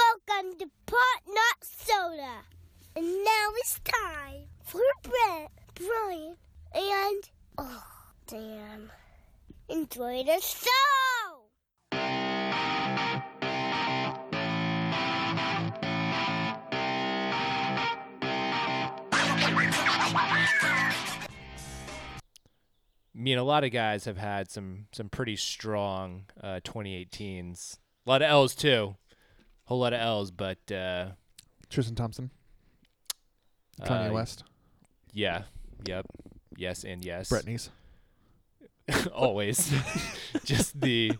Welcome to Pot Not Soda. And now it's time for Brett, Brian, and oh damn. Enjoy the show! I mean, a lot of guys have had some some pretty strong uh, 2018s. A lot of L's too, whole lot of L's. But uh, Tristan Thompson, Kanye Uh, West, yeah, yep, yes, and yes, Britney's. always, just the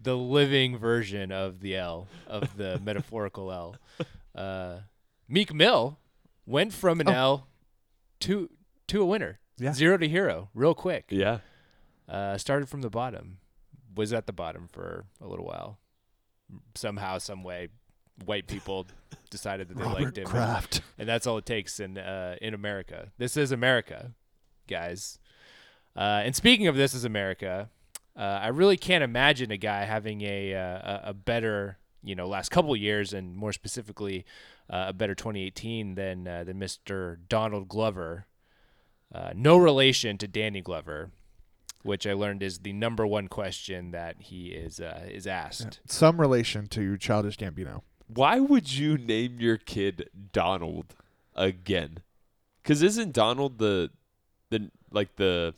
the living version of the L of the metaphorical L. Uh, Meek Mill went from an Oh. L to to a winner, Yeah. zero to hero, real quick. Yeah. Uh, started from the bottom. Was at the bottom for a little while. Somehow, some way, white people decided that they liked him, Kraft. and that's all it takes in uh, in America. This is America, guys. Uh, and speaking of this is America, uh, I really can't imagine a guy having a uh, a- a better you know last couple years and more specifically uh, a better 2018 than uh, than Mr. Donald Glover. Uh, no relation to Danny Glover, which I learned is the number one question that he is uh, is asked. Some relation to Childish Gambino. Why would you name your kid Donald again? Because isn't Donald the the like the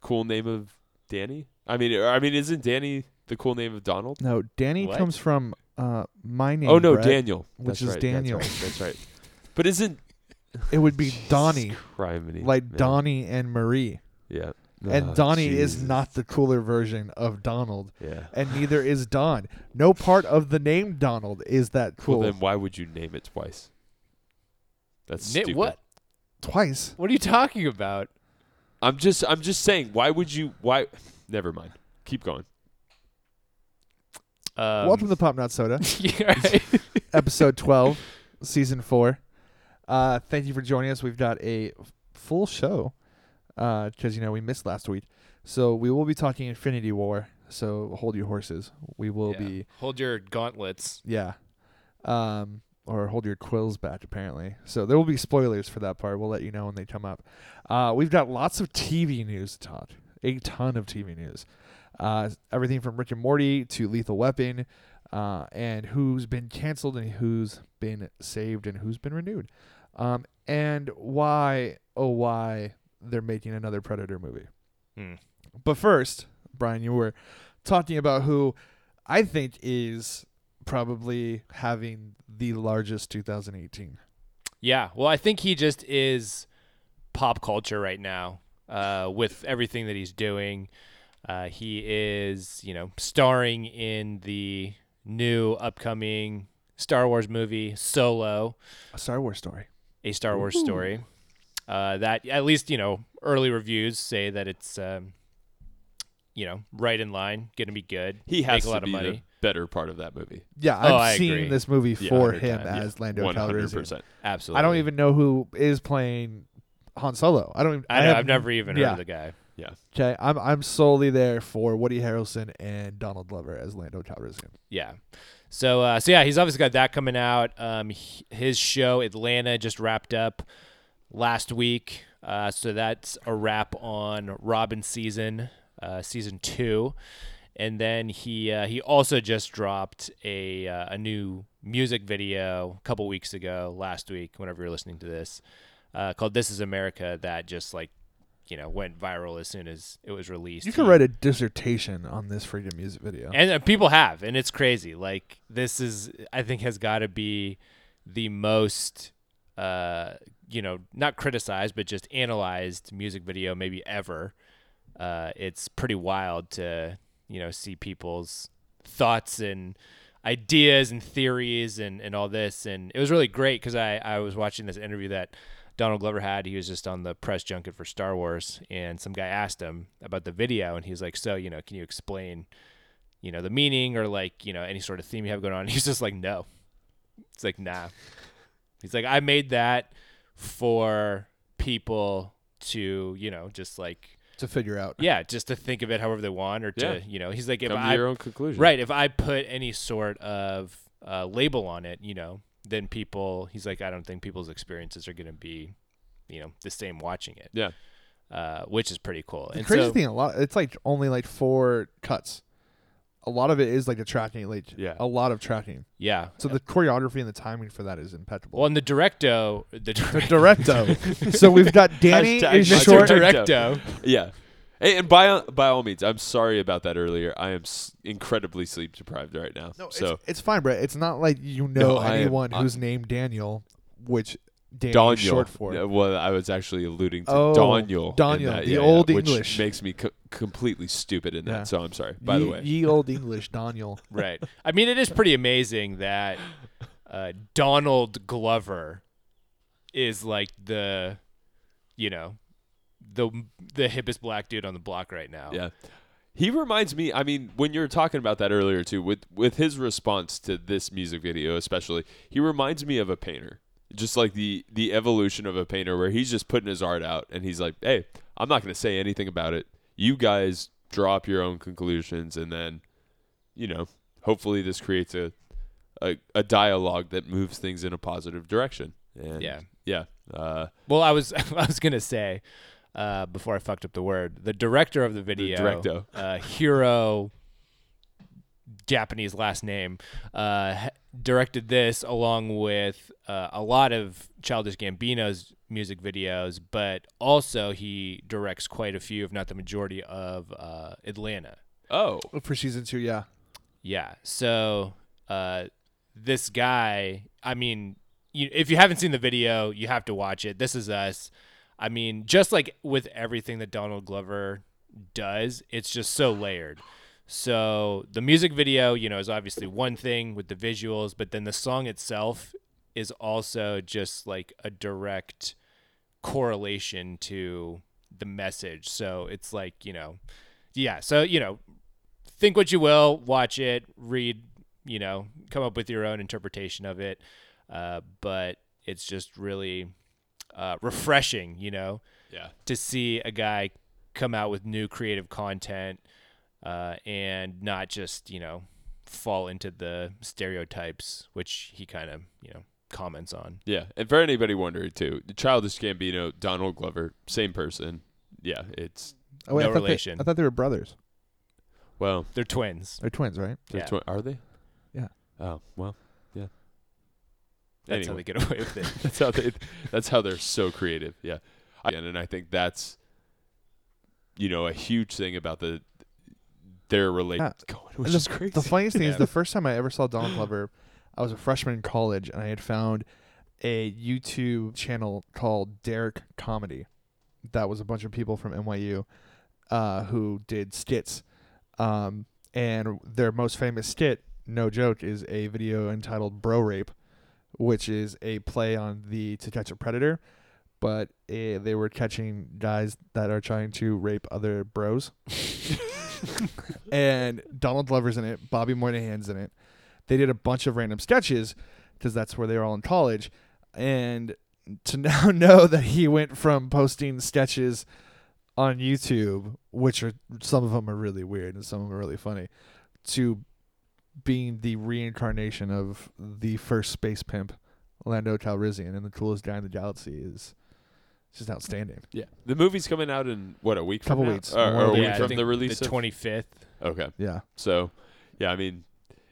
cool name of Danny? I mean, or, I mean, isn't Danny the cool name of Donald? No, Danny What? comes from uh, my name. oh no, Brett. Daniel. which That's is right, Daniel. That's right. That's right. But isn't It would be Jesus Donnie, criminy, like man. Donnie and Marie. Yeah. and Ah, Donnie is Jesus. not the cooler version of Donald, Yeah. and neither is Don. No part of the name Donald is that cool. Well, then why would you name it twice? That's Nit, stupid. what Twice. what are you talking about? I'm just I'm just saying. Why would you? Why? Never mind. Keep going. Um, Welcome to Pop Not Soda, yeah, right. episode 12, season 4. Uh, thank you for joining us. We've got a f- full show because, you know, we missed last week. So we will be talking Infinity War. So hold your horses. We will Yeah. be hold your gauntlets. Yeah. Um, or hold your quills back, apparently. So there will be spoilers for that part. We'll let you know when they come up. Uh, we've got lots of TV news to talk. A ton of TV news. Uh, everything from Rick and Morty to Lethal Weapon, uh, and who's been canceled and who's been saved and who's been renewed. Um, and why, oh, why they're making another Predator movie. Hmm. But first, Brian, you were talking about who I think is probably having the largest 2018. Yeah. Well, I think he just is pop culture right now uh, with everything that he's doing. Uh, he is, you know, starring in the new upcoming Star Wars movie, Solo, A Star Wars story. a Star Wars story. Uh, that, at least, you know, early reviews say that it's, um, you know, right in line, going to be good. He make has a lot of to be money. the better part of that movie. Yeah, Oh, I've I seen agree. this movie Yeah, for every him time, as Lando One hundred Calrissian. percent. Absolutely. I don't even know who is playing Han Solo. I don't. Even, I know, have- I've never even heard yeah. of the guy. Okay, I'm I'm solely there for Woody Harrelson and Donald Glover as Lando Calrissian. Yeah. So uh, so yeah, he's obviously got that coming out. Um, h- his show Atlanta just wrapped up last week, uh, so that's a wrap on Robin season, uh, season two, and then he uh, he also just dropped a uh, a new music video a couple weeks ago, last week, whenever you're listening to this, uh, called "This Is America," that just like you know went viral as soon as it was released. You could He- write a dissertation on this freedom music video. and uh, people have and it's crazy like this is i think has got to be the most uh you know not criticized but just analyzed music video maybe ever uh it's pretty wild to you know see people's thoughts and ideas and theories and and all this and it was really great because i i was watching this interview that Donald Glover had. He was just on the press junket for Star Wars, and some guy asked him about the video, and he was like, "So, you know, can you explain you know, the meaning or like, you know, any sort of theme you have going on. He's just like, no. It's like, nah. He's like, I made that for people to, you know, just like, to figure out. yeah, just to think of it however they want or to, Yeah. you know, he's like, if Come I, to your own conclusion. right, if I put any sort of uh, label on it, you know, then people, he's like, I don't think people's experiences are going to be, you know, the same watching it, Yeah. uh, which is pretty cool. The and crazy so, thing, a lot it's like only like four cuts. A lot of it is like a tracking, like Yeah. a lot of tracking. yeah. So the choreography and the timing for that is impeccable. well, and the directo, the directo, Directo. so we've got Danny Hashtag is Mr. short. Direct. directo. Yeah. Hey, and by by all means, I'm sorry about that earlier. I am s- incredibly sleep deprived right now. No, so it's, it's fine, Brett. It's not like you know No, I am- anyone I- who's named Daniel, which Daniel, Daniel. is short for. Yeah, Well, I was actually alluding to Oh, Daniel. in Daniel, that, the yeah, old yeah, English. which makes me co- completely stupid in that. Yeah. So I'm sorry. By the Ye- way, ye old English Daniel. right. I mean, it is pretty amazing that uh, Donald Glover is like the, you know, the the hippest black dude on the block right now. Yeah. He reminds me, I mean, when you were talking about that earlier too, with with his response to this music video especially, he reminds me of a painter. Just like the the evolution of a painter where he's just putting his art out and he's like, "Hey, I'm not going to say anything about it. You guys draw up your own conclusions and then, you know, hopefully this creates a a, a dialogue that moves things in a positive direction." And Yeah. Yeah. Uh, Well, I was I was gonna say uh, before I fucked up the word, the director of the video, directo. uh, hero, Japanese last name, uh, h- directed this along with uh, a lot of Childish Gambino's music videos, but also he directs quite a few, if not the majority, of uh, Atlanta. oh. For season two, yeah. Yeah. So uh, this guy, I mean, you, if you haven't seen the video, you have to watch it. This is us. I mean, just like with everything that Donald Glover does, it's just so layered. So the music video, you know, is obviously one thing with the visuals, but then the song itself is also just like a direct correlation to the message. So it's like, you know, yeah. So, you know, think what you will, watch it, read, you know, come up with your own interpretation of it. Uh, but it's just really uh, refreshing, you know, Yeah. to see a guy come out with new creative content uh, and not just, you know, fall into the stereotypes, which he kind of, you know, comments on. Yeah, and for anybody wondering too, Childish Gambino, Donald Glover, same person. Yeah, it's Oh, wait, No I thought relation. They, I thought they were brothers. well, They're twins. They're twins, right? they're Yeah. twi- are they? Yeah. Oh well, yeah. That's Anyway. how they get away with it. that's how they. That's how they're so creative. Yeah, and and I think that's, you know, a huge thing about the their Yeah. relationship. which the, is crazy. the funniest thing is Yeah. the first time I ever saw Donald Glover, I was a freshman in college, and I had found a YouTube channel called Derek Comedy. That was a bunch of people from NYU uh, who did skits, um, and their most famous skit, no joke, is a video entitled "Bro Rape," which is a play on the "To Catch a Predator." But eh, they were catching guys that are trying to rape other bros and Donald Glover's in it, Bobby Moynihan's in it. They did a bunch of random sketches because that's where they were all in college. And to now know that he went from posting sketches on YouTube, which are some of them are really weird and some of them are really funny, to being the reincarnation of the first space pimp, Lando Calrissian, and the coolest guy in the galaxy is just outstanding. yeah, the movie's coming out in what a week. Couple from now? weeks. Or, or a Yeah, week I from think the release. The of- 25th. okay, Yeah. so yeah, I mean,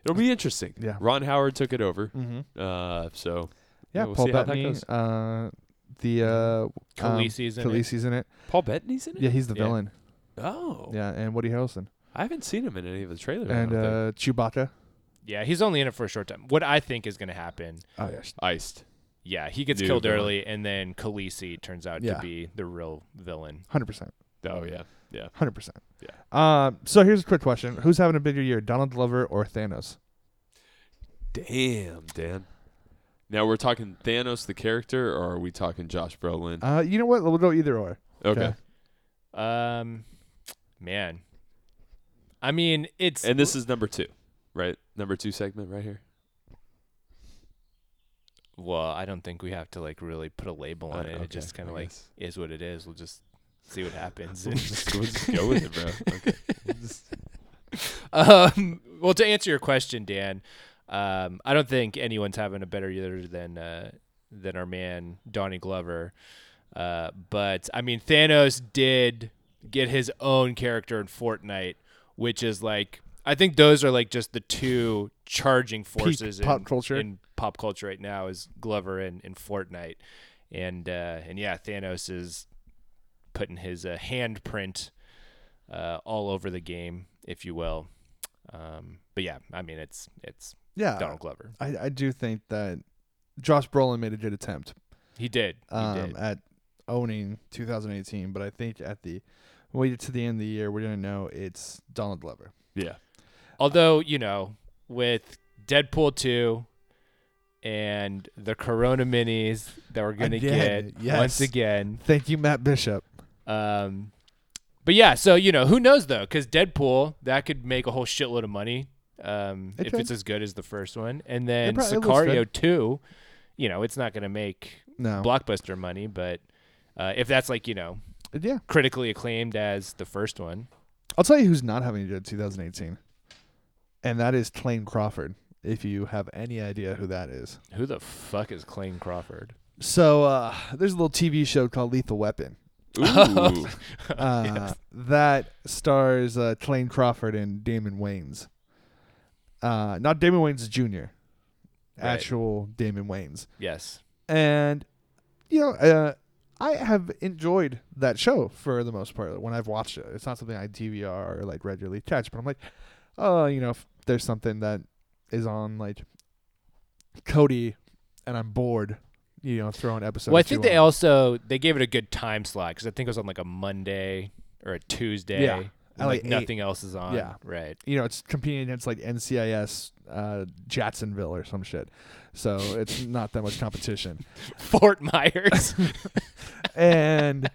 it'll be interesting. Yeah. Ron Howard took it over. Mm-hmm. Uh, so Yeah, Yeah, we'll Paul see how that Bettany, goes. uh, the uh, um, Khaleesi's in it. Khaleesi's in it. Paul Bettany's in it. Yeah, he's the Yeah. villain. Oh, Yeah, and Woody Harrelson I haven't seen him in any of the trailers. I and don't think. uh, Chewbacca. Yeah, he's only in it for a short time. What I think is going to happen Oh yes. Iced. Yeah, he gets New killed villain. early, and then Khaleesi turns out Yeah. to be the real villain. Hundred percent, Oh yeah, yeah. hundred percent. Yeah. Um. So here's a quick question: Who's having a bigger year, Donald Glover or Thanos? Damn, Dan. Now we're talking Thanos the character, or are we talking Josh Brolin? Uh, you know what? We'll go either or. okay. okay. Um, man, I mean, it's And this is number two, right? Number two segment right here. well, I don't think we have to like really put a label on Uh, it. okay, it just kind I of like guess. is what it is. We'll just see what happens. We'll just, we'll just go with it, bro. Okay. um, well, to answer your question, Dan, Um, I don't think anyone's having a better year than uh, than our man Donnie Glover. Uh, but I mean, Thanos did get his own character in Fortnite, which is like I think those are like just the two charging forces in pop culture. in pop culture right now is Glover and, and Fortnite, and uh, and yeah, Thanos is putting his uh, handprint uh, all over the game, if you will. Um, but yeah, I mean it's it's Yeah, Donald Glover. I, I do think that Josh Brolin made a good attempt He did. He um, did. at owning 2018, but I think at the waited to the end of the year, we're gonna know it's Donald Glover. Yeah. Although you know, with Deadpool two and the Corona minis that we're gonna Again, get yes. once again, Thank you, Matt Bishop. Um, but yeah, so you know, who knows though? Because Deadpool that could make a whole shitload of money um, It if could. it's as good as the first one, and then probably looks good. Sicario two. You know, it's not going to make No, blockbuster money, but uh, if that's like you know yeah. critically acclaimed as the first one, I'll tell you who's not having a good 2018, and that is Clayne Crawford. If you have any idea who that is, who the fuck is Clayne Crawford? so uh, there's a little TV show called Lethal Weapon Ooh. uh, that stars uh, Clayne Crawford and Damon Wayans. Uh, not Damon Wayans Jr., Right. actual Damon Wayans. Yes, and you know uh, i have enjoyed that show for the most part when i've watched it it's not something i dvr or like regularly catch but i'm like oh you know if there's something that is on like cody and i'm bored you know throw an episode well, I or think two they on. also they gave it a good time slot because I think it was on like a Monday or a Tuesday. Yeah. when, At, like like, eight. nothing else is on. Yeah. right. you know it's competing against like ncis uh, jacksonville or some shit so it's not that much competition Fort Myers. and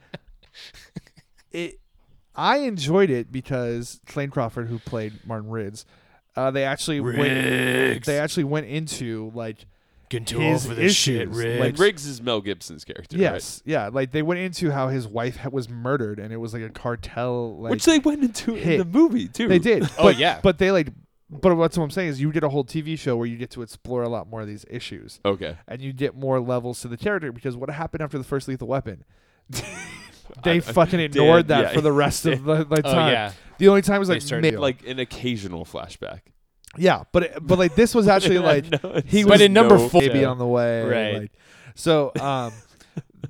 it I enjoyed it because Clayne Crawford, who played Martin Riggs, uh, they actually went they actually went into like Can do his issues. and Like, Riggs is Mel Gibson's character. right? yes, yeah, like they went into how his wife ha- was murdered, and it was like a cartel. Like Which they went into in hit. the movie too. they did. Oh, but- yeah. but they like. But what's what I'm saying is, you did a whole TV show where you get to explore a lot more of these issues, Okay. and you get more levels to the character because what happened after the first Lethal Weapon? they fucking ignored that yeah. for the rest of the, the Oh time. yeah. The only time was They like, started- mid- Like an occasional flashback. yeah, but it, but like this was actually like No, it's- he But was in number no- four- maybe Yeah. on the way, Right. like- so um,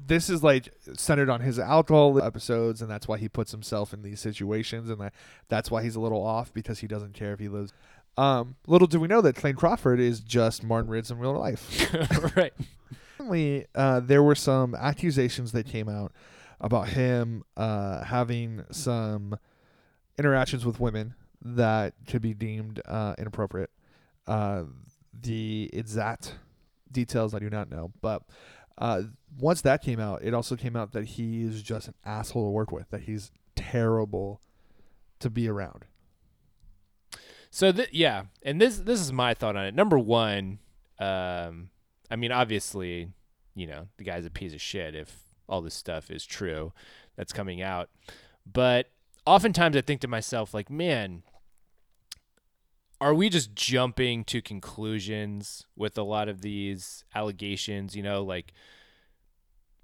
this is like centered on his alcohol episodes, and that's why he puts himself in these situations, and that, that's why he's a little off because he doesn't care if he lives. Um, little do we know that Clayne Crawford is just Martin Riggs in real life. right. Apparently, uh, there were some accusations that came out about him uh, having some interactions with women that could be deemed uh, inappropriate. Uh, the exact details I do not know, but uh, once that came out, it also came out that he is just an asshole to work with. That he's terrible to be around. So th- yeah, and this this is my thought on it. Number one, um, I mean, obviously, you know, the guy's a piece of shit if all this stuff is true that's coming out. But oftentimes, I think to myself, like, man, are we just jumping to conclusions with a lot of these allegations? You know, like,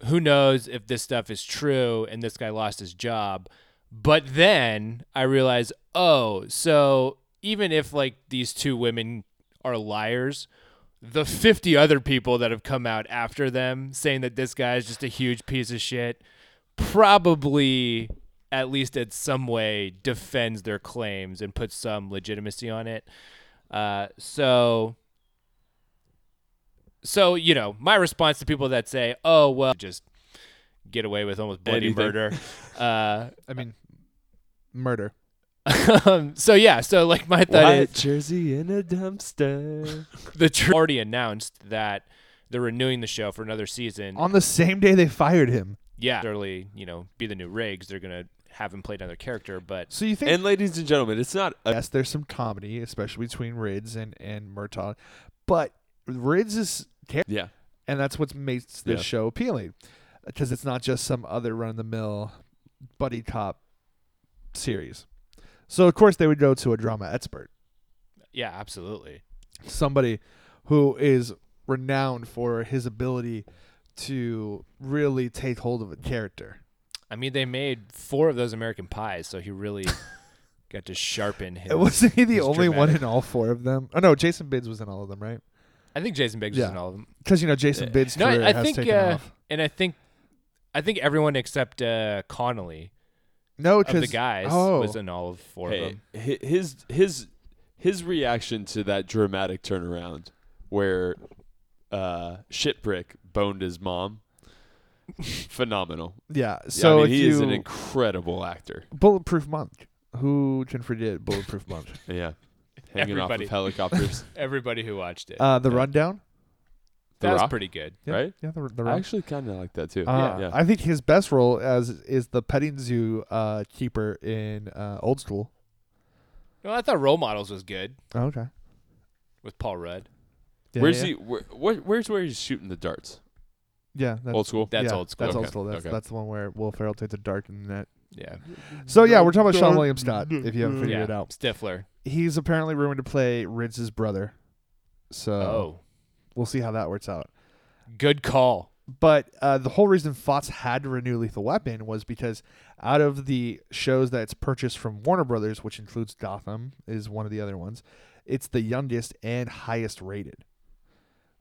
who knows if this stuff is true and this guy lost his job? But then I realize, oh, so even if like these two women are liars, the 50 other people that have come out after them saying that this guy is just a huge piece of shit probably at least in some way defends their claims and puts some legitimacy on it. Uh, so so you know, my response to people that say, "Oh, well, just get away with almost bloody Anything. murder." Uh I mean, murder. um, so yeah, so like my thought is jersey in a dumpster. the tr- already announced that they're renewing the show for another season. On the same day they fired him. yeah, certainly, you know, be the new Riggs. They're gonna have him play another character, but So you think and ladies and gentlemen, it's not a Uh, yes, there's some comedy, especially between Rids and and Murtaugh, but Rids is care- yeah. and that's what makes this Yeah. show appealing because it's not just some other run of the mill buddy cop series. So of course they would go to a drama expert. yeah, absolutely. somebody who is renowned for his ability to really take hold of a character. I mean, they made four of those American pies, so he really got to sharpen his. It wasn't he the he's only one dramatic. in all four of them? Oh no, Jason Bids was in all of them, right? I think Jason Biggs Yeah. was in all of them. Because you know Jason Bids' Uh, No, career I, I has think, taken uh, off. and I think, I think everyone except uh, Connolly No, of the because guys oh, was in all of four of Hey, them. hi- his his his reaction to that dramatic turnaround where uh shitbrick boned his mom phenomenal yeah. Yeah, So I mean, if he is you- an incredible actor Bulletproof Monk. Who can forget Bulletproof Monk? yeah hanging off Everybody. of helicopters Everybody who watched it, Uh, the Yeah. Rundown. The that was Rock? pretty good. Yeah, Right? Yeah, the, the i Rundown. actually kind of like that too Uh, yeah I think his best role as is the petting zoo uh, keeper in uh, Old School. Well, I thought Role Models was good Oh, okay. with Paul Rudd. Yeah, where's yeah. he where, where, where's where he's shooting the darts Yeah, that's old school That's yeah, old school. That's old Okay, school. That's okay. that's the one where Will Ferrell takes a dart in the net. Yeah, So yeah, we're talking about Sean William Scott. If you haven't figured yeah. it out, Stifler. he's apparently rumored to play Ritz's brother. So oh, we'll see how that works out. good call. But uh, the whole reason Fox had to renew Lethal Weapon was because out of the shows that it's purchased from Warner Brothers, which includes Gotham, is one of the other ones, it's the youngest and highest rated.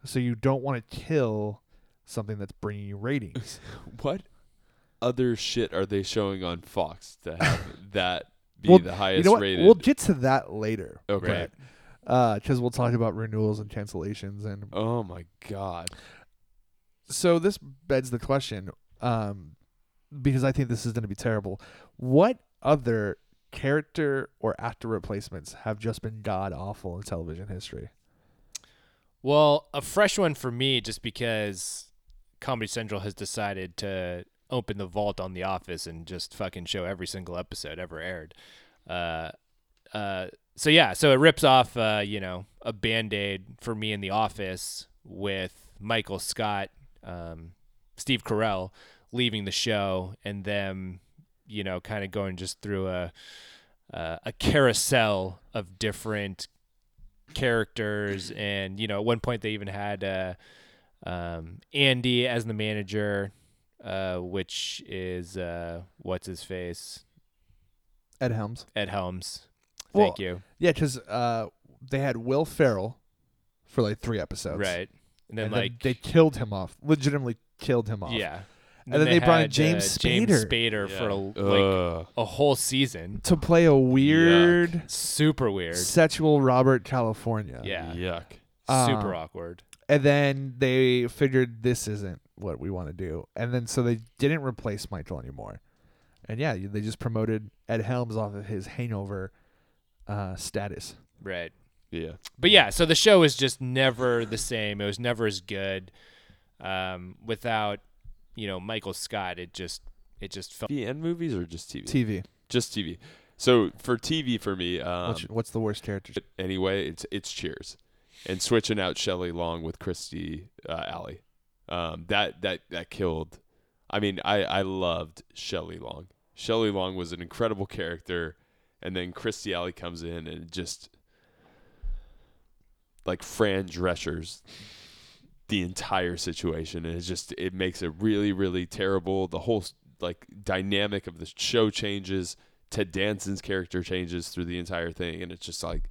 So you don't want to kill something that's bringing you ratings. what other shit are they showing on fox to have that be Well, the highest you know what? rated We'll get to that later. Okay. Because we'll talk about renewals and cancellations and oh my god so this beds the question um, because I think this is going to be terrible. What other character or actor replacements have just been god awful in television history? Well, a fresh one for me, just because Comedy Central has decided to open the vault on The Office and just fucking show every single episode ever aired. Uh, uh, so yeah, so it rips off, uh, you know, a band aid for me in The Office with Michael Scott, um, Steve Carell leaving the show, and them, you know, kind of going just through a uh, a carousel of different characters and you know at one point they even had uh um andy as the manager uh which is uh what's his face Ed Helms. ed helms Well, thank you Yeah, because uh, they had Will Ferrell for like three episodes, right and then and like they killed him off, legitimately killed him off. yeah And then they brought in had, uh, James James Spader. Spader for a, like Ugh. a whole season. to play a weird Super weird. sexual Robert California. Yeah. Yuck. Super Uh, awkward. And then they figured this isn't what we want to do. And then so they didn't replace Michael anymore. And yeah, you- they just promoted Ed Helms off of his hangover uh, status. Right. Yeah. but yeah, so the show is just never the same. It was never as good. Um, without you know Michael Scott, it just it just felt TV and movies or just TV? TV. Just TV. So for TV for me, um, what's, what's the worst character? anyway, it's it's Cheers, and switching out Shelley Long with Christy uh, Alley. Um, that that that killed. I mean, I I loved Shelley Long. Shelley Long was an incredible character, and then Christy Alley comes in and just like Fran Drescher's the entire situation, and it's just it makes it really really terrible. The whole s- like dynamic of the show changes. Ted Danson's character changes through the entire thing, and it's just like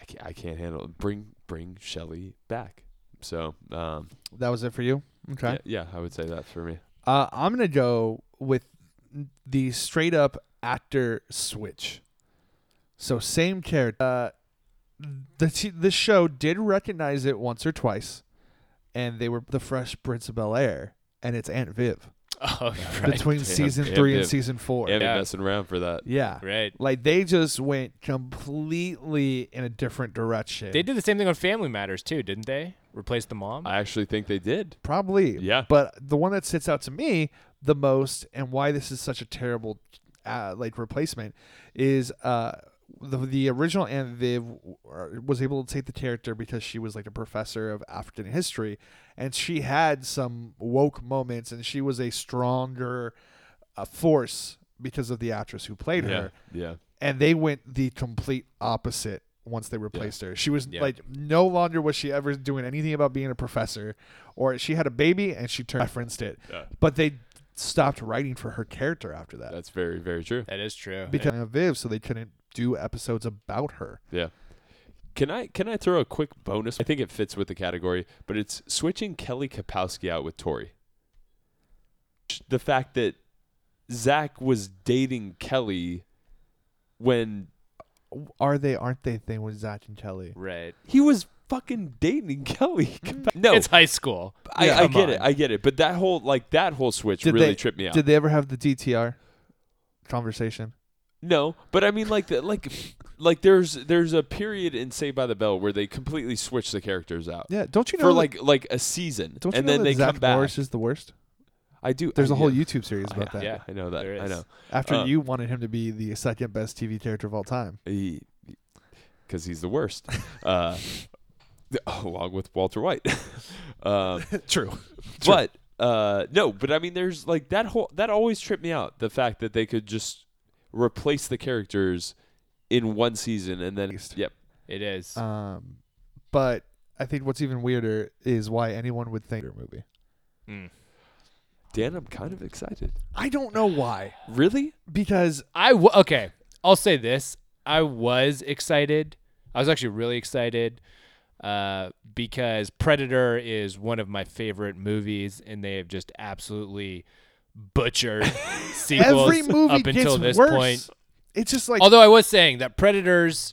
I can't, I can't handle it. Bring bring Shelly back. So um, That was it for you? Okay. yeah, yeah, I would say that for me. Uh, I'm going to go with the straight up actor switch. So same character. Uh, the t- the show did recognize it once or twice, and they were the Fresh Prince of Bel Air, and it's Aunt Viv oh right between Damn, season Aunt three and Viv. season four. And Yeah. messing around for that. Yeah. right. Like they just went completely in a different direction. They did the same thing on Family Matters too, didn't they? Replace the mom. I actually think they did. Probably. Yeah. But the one that sits out to me the most, and why this is such a terrible uh, like replacement, is uh, the the original Aunt Viv w- w- was able to take the character because she was like a professor of African history, and she had some woke moments, and she was a stronger uh, force because of the actress who played Yeah, her, yeah. and they went the complete opposite once they replaced her. She was Yeah. like no longer was she ever doing anything about being a professor, or she had a baby and she turned referenced it, Yeah. but they stopped writing for her character after that That's very, very true. That is true. because of Viv, so they couldn't do episodes about her. Yeah. Can I can I throw a quick bonus? I think it fits with the category, but it's switching Kelly Kapowski out with Tori. The fact that Zach was dating Kelly when Are they? Aren't they? Thing with Zach and Kelly. right. he was fucking dating Kelly. Kapow- no, It's high school. I, Yeah. I Come get it. on. I get it. But that whole like that whole switch really they, tripped me out. Did they ever have the DTR conversation? No, but I mean, like, the, like, like there's there's a period in Saved by the Bell where they completely switch the characters out Yeah, don't you know for that- like like a season, Don't you and know then that they Zach come back. Morris is the worst. I do. There's I a whole do. YouTube series about I, that. Yeah, I know that. There I is. know After Uh, you wanted him to be the second best TV character of all time. because he's the worst, uh, th- along with Walter White. um, True. but uh, no, but I mean, there's like that whole that always tripped me out. The fact that they could just replace the characters in one season and then Based. yep, It is. Um, but I think what's even weirder is why anyone would think movie. Mm. Dan, I'm kind of excited. I don't know why. Really? Because I w- okay. I'll say this. I was excited. I was actually really excited uh, because Predator is one of my favorite movies, and they have just absolutely butchered sequels every movie up gets until this worse. point. It's just like Although I was saying that Predators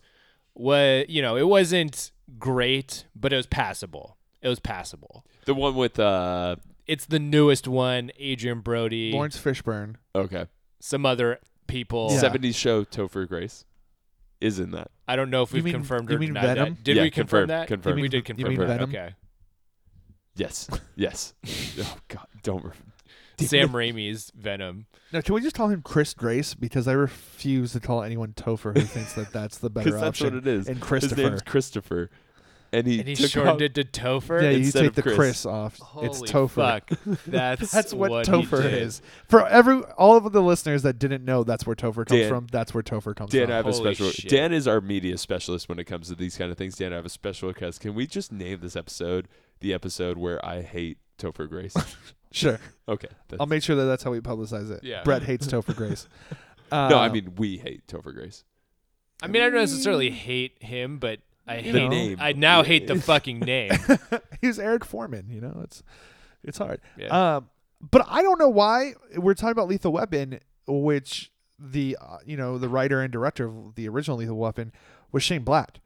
was, you know, it wasn't great, but it was passable. It was passable. The one with uh It's the newest one, Adrian Brody, Lawrence Fishburne. okay. some other people. Yeah. Seventies show Topher Grace is in that. I don't know if You we've mean- confirmed you or mean denied Venom? that. Did Yeah, we confirm confirmed, that? confirmed. You We mean- did confirm. you mean that. Venom? Okay. Yes. Yes. oh god, don't re- Sam Raimi's Venom. Now, can we just call him Chris Grace? Because I refuse to call anyone Topher who thinks that that's the better because that's option. what it is. And His Christopher. name's Christopher. And he, And he took shortened out- it to Topher. yeah, you instead take of the Chris. off. Holy it's Topher. fuck. That's, That's what, what he Topher did. is. For every all of the listeners that didn't know, that's where Topher comes Dan. from. That's where Topher comes Dan, I from. have a Holy special. shit. Dan is our media specialist when it comes to these kind of things. Dan, I have a special request. Can we just name this episode the episode where I hate Topher Grace? Sure, okay. That's, I'll make sure that that's how we publicize it. Yeah. Brett hates Topher Grace. Uh, no, I mean we hate Topher Grace. I mean, I don't necessarily hate him, but I hate The name. I now hate the fucking name. he's Eric Foreman. You know, it's it's hard. Yeah. Um, but I don't know why we're talking about Lethal Weapon, which the uh, you know the writer and director of the original Lethal Weapon was Shane Black.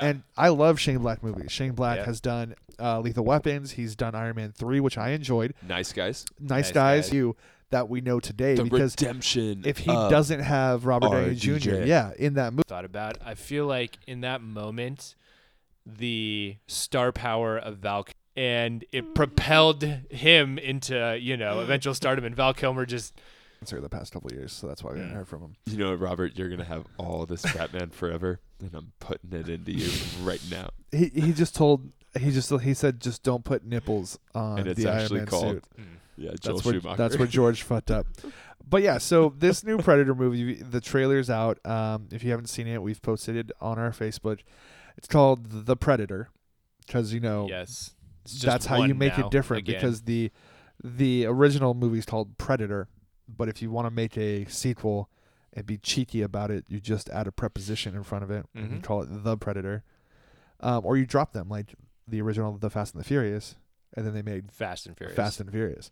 And I love Shane Black movies. Shane Black Yeah. has done uh, Lethal Weapons. He's done Iron Man three, which I enjoyed. Nice guys. Nice, Nice guys, Guys. you that we know today. The because redemption. if he of- doesn't have Robert Downey Jr. RDJ. Yeah, in that movie, Thought about. I feel like in that moment, the star power of Val and it propelled him into you know eventual stardom, and Val Kilmer just Answer the past couple years, so that's why we Mm. haven't heard from him. You know, what, Robert, you're gonna have all this Batman forever, and I'm putting it into you right now. He he just told he just he said just don't put nipples on And it's the Iron actually Man called suit. Yeah, Joel That's where Schumacher. that's where George fucked up. But yeah, so this new Predator movie, the trailer's out. Um, if you haven't seen it, we've posted it on our Facebook. It's called The Predator, because you know yes. It's just Oh. that's how you one make now, it different again. because the the original movie's called Predator, but if you want to make a sequel and be cheeky about it, you just add a preposition in front of it and you Mhm. call it the Predator, um, or you drop them like the original The Fast and the Furious, and then they made Fast and Furious. Fast and Furious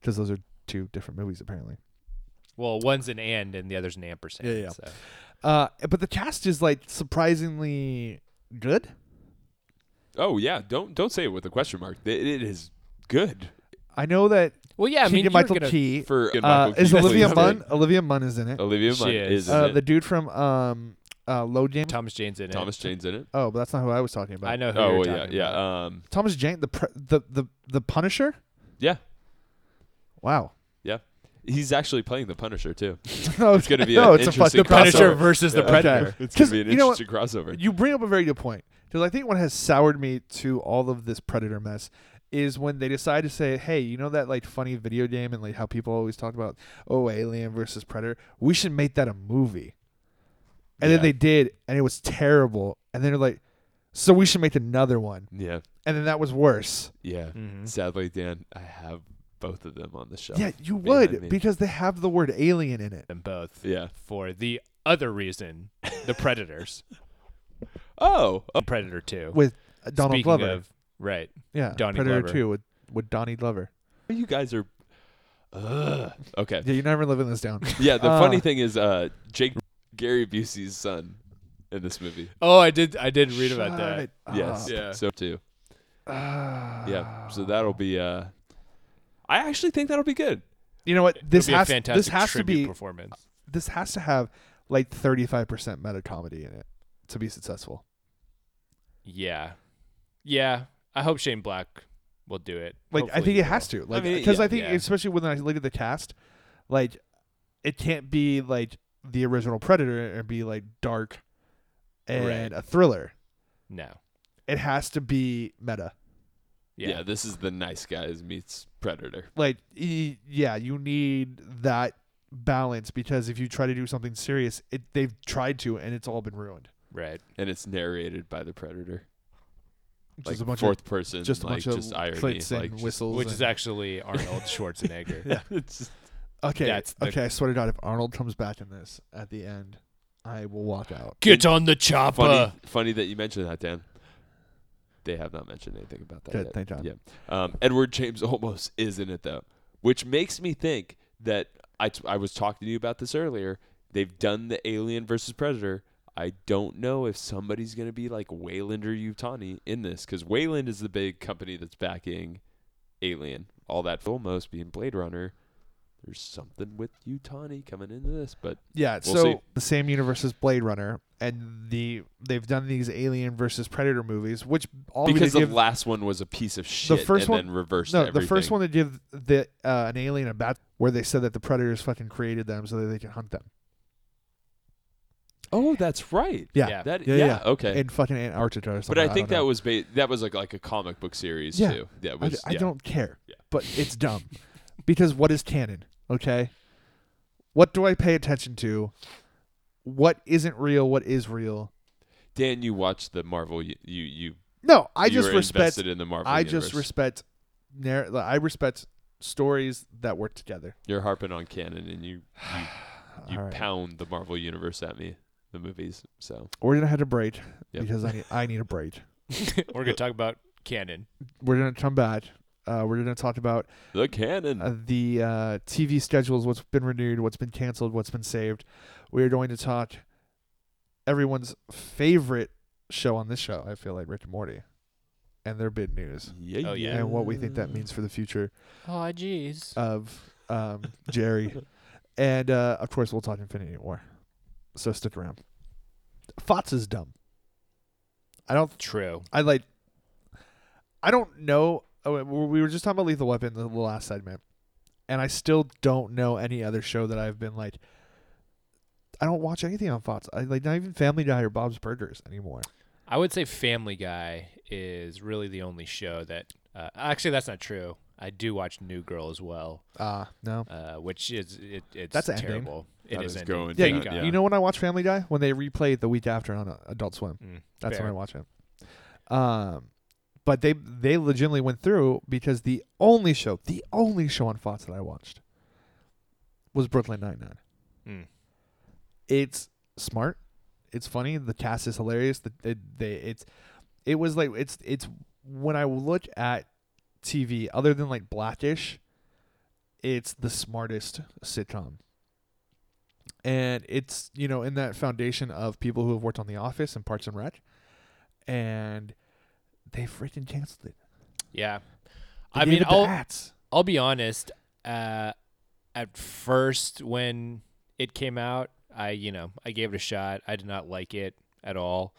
because those are two different movies apparently. Well, one's an and and the other's an ampersand. Yeah, yeah. So. Uh, but the cast is like surprisingly good. oh yeah, don't don't say it with a question mark. It, it is good I know that Well, yeah, I mean, Keegan you Michael were gonna, Key for uh, Michael is Keaton, Olivia please. Munn. Olivia Munn is in it. Olivia She Munn is. is, uh, in the it. dude from um uh Logan. Thomas Jane's in Thomas it. Jane's in it. oh, but that's not who I was talking about. I know who Oh you're well, yeah, talking about. yeah, um, Thomas Jane, the pre- the the the Punisher. yeah, Wow. yeah. He's actually playing the Punisher too. no, It's gonna be no, an it's a interesting fucking The Punisher crossover. versus the Yeah. Predator. Okay. It's gonna 'Cause be an you know what? interesting crossover. You bring up a very good point because I think what has soured me to all of this Predator mess is when they decide to say, "Hey, you know that like funny video game and like how people always talk about oh Alien versus Predator? We should make that a movie." And Yeah. then they did, and it was terrible. and then they're like, so we should make another one, Yeah. and then that was worse. Yeah. Mm-hmm. Sadly, Dan, I have both of them on the shelf. yeah, you behind would me. because they have the word alien in it. Them both Yeah. for the other reason, the Predators, Oh. oh, Predator Two. with Donald Speaking Glover. of- right. yeah, Donnie Predator Glover. 2 with with Donnie Glover. you guys are. Ugh. Okay. Yeah, you're never living this down. Yeah. The Uh, funny thing is, uh, Jake Gary Busey's son in this movie. Oh, I did. I did read about Shut that. it Yes. up. Yeah. So too. Ah. Yeah. So that'll be. Uh, I actually think that'll be good. you know what this It'll be has a fantastic this has to tribute be performance. this has to have like 35% meta comedy in it to be successful. Yeah, yeah. I hope Shane Black will do it. Like I Hopefully think he it has will. to. Like mean, cuz yeah, I think yeah. especially when I look at the cast like it can't be like the original Predator and be like dark and a thriller. No. It has to be meta. Yeah. yeah. This is the nice guys meets Predator. like y- yeah you need that balance because if you try to do something serious it they've tried to and it's all been ruined Right. and it's narrated by the predator. Which Like is a bunch fourth of person, just a like bunch just of irony, clicks and like just- whistles Which and- is actually Arnold Schwarzenegger. it's just- okay that's the- okay i swear to god if arnold comes back in this at the end i will walk out Get on the chopper. funny, funny that you mentioned that, Dan. They have not mentioned anything about that. Good, yet. thank God. Yeah, um, Edward James almost is in it though, which makes me think that I t- I was talking to you about this earlier. They've done the Alien versus Predator. I don't know if somebody's going to be like Wayland or Utani in this because Wayland is the big company that's backing Alien. All that almost being Blade Runner. There's something with Utani coming into this, but yeah We'll so see. the same universe as blade runner and the they've done these alien versus predator movies which all because they the give, last one was a piece of shit first and one- then reversed no everything. the first one to give the uh, an alien a bat where they said that the predators fucking created them so that they can hunt them Oh, that's right. yeah, Yeah. That Yeah, yeah, yeah. okay. in fucking Antarctica or but something. I think don't know. that was ba- that was like like a comic book series Yeah. too. That I, was I yeah. don't care, Yeah. but it's dumb because what is canon? Okay, what do I pay attention to? What isn't real? What is real? Dan, you watched the Marvel. You you, you No, I you just were respect. invested in the Marvel. I just universe. respect. Narr- like, I respect stories that work together. You're harping on canon and you you, you All right. pound the Marvel universe at me, the movies. So We're gonna have to break Yep. because I need, I need a break. We're gonna talk about canon. We're gonna come back. Uh, we're gonna talk about the canon. uh, the uh, TV schedules, what's been renewed, what's been canceled, what's been saved. We are going to talk everyone's favorite show on this show. I feel like Rick and Morty and their big news yeah, oh, yeah. and what we think that means for the future Oh, jeez. of um, Jerry. And uh, of course, we'll talk Infinity War. So stick around. Fox is dumb. I don't True. I like. I don't know. oh, We were just talking about Lethal Weapon in the last segment, and I still don't know any other show that I've been like. I don't watch anything on Fox. I like not even Family Guy or Bob's Burgers anymore. I would say Family Guy is really the only show that. Uh, actually, that's not true. I do watch New Girl as well, Ah, no. uh, which is it, it's That's ending. terrible. It That is is ending. going Yeah, Thank you, God. yeah. you know when I watch Family Guy when they replay it the week after on uh, Adult Swim. Mm, That's fair. when I watch it. Um, but they they legitimately went through because the only show, the only show on Fox that I watched, was Brooklyn Nine Nine. Mm. it's smart it's funny the cast is hilarious the, they, they it's it was like it's it's when i look at tv other than like blackish it's the smartest sitcom and it's you know in that foundation of people who have worked on the office and parks and rec and they freaking canceled it Yeah. They I gave mean, it the I'll, ads. I'll be honest. Uh, at first, when it came out, I you know I gave it a shot. I did not like it at all.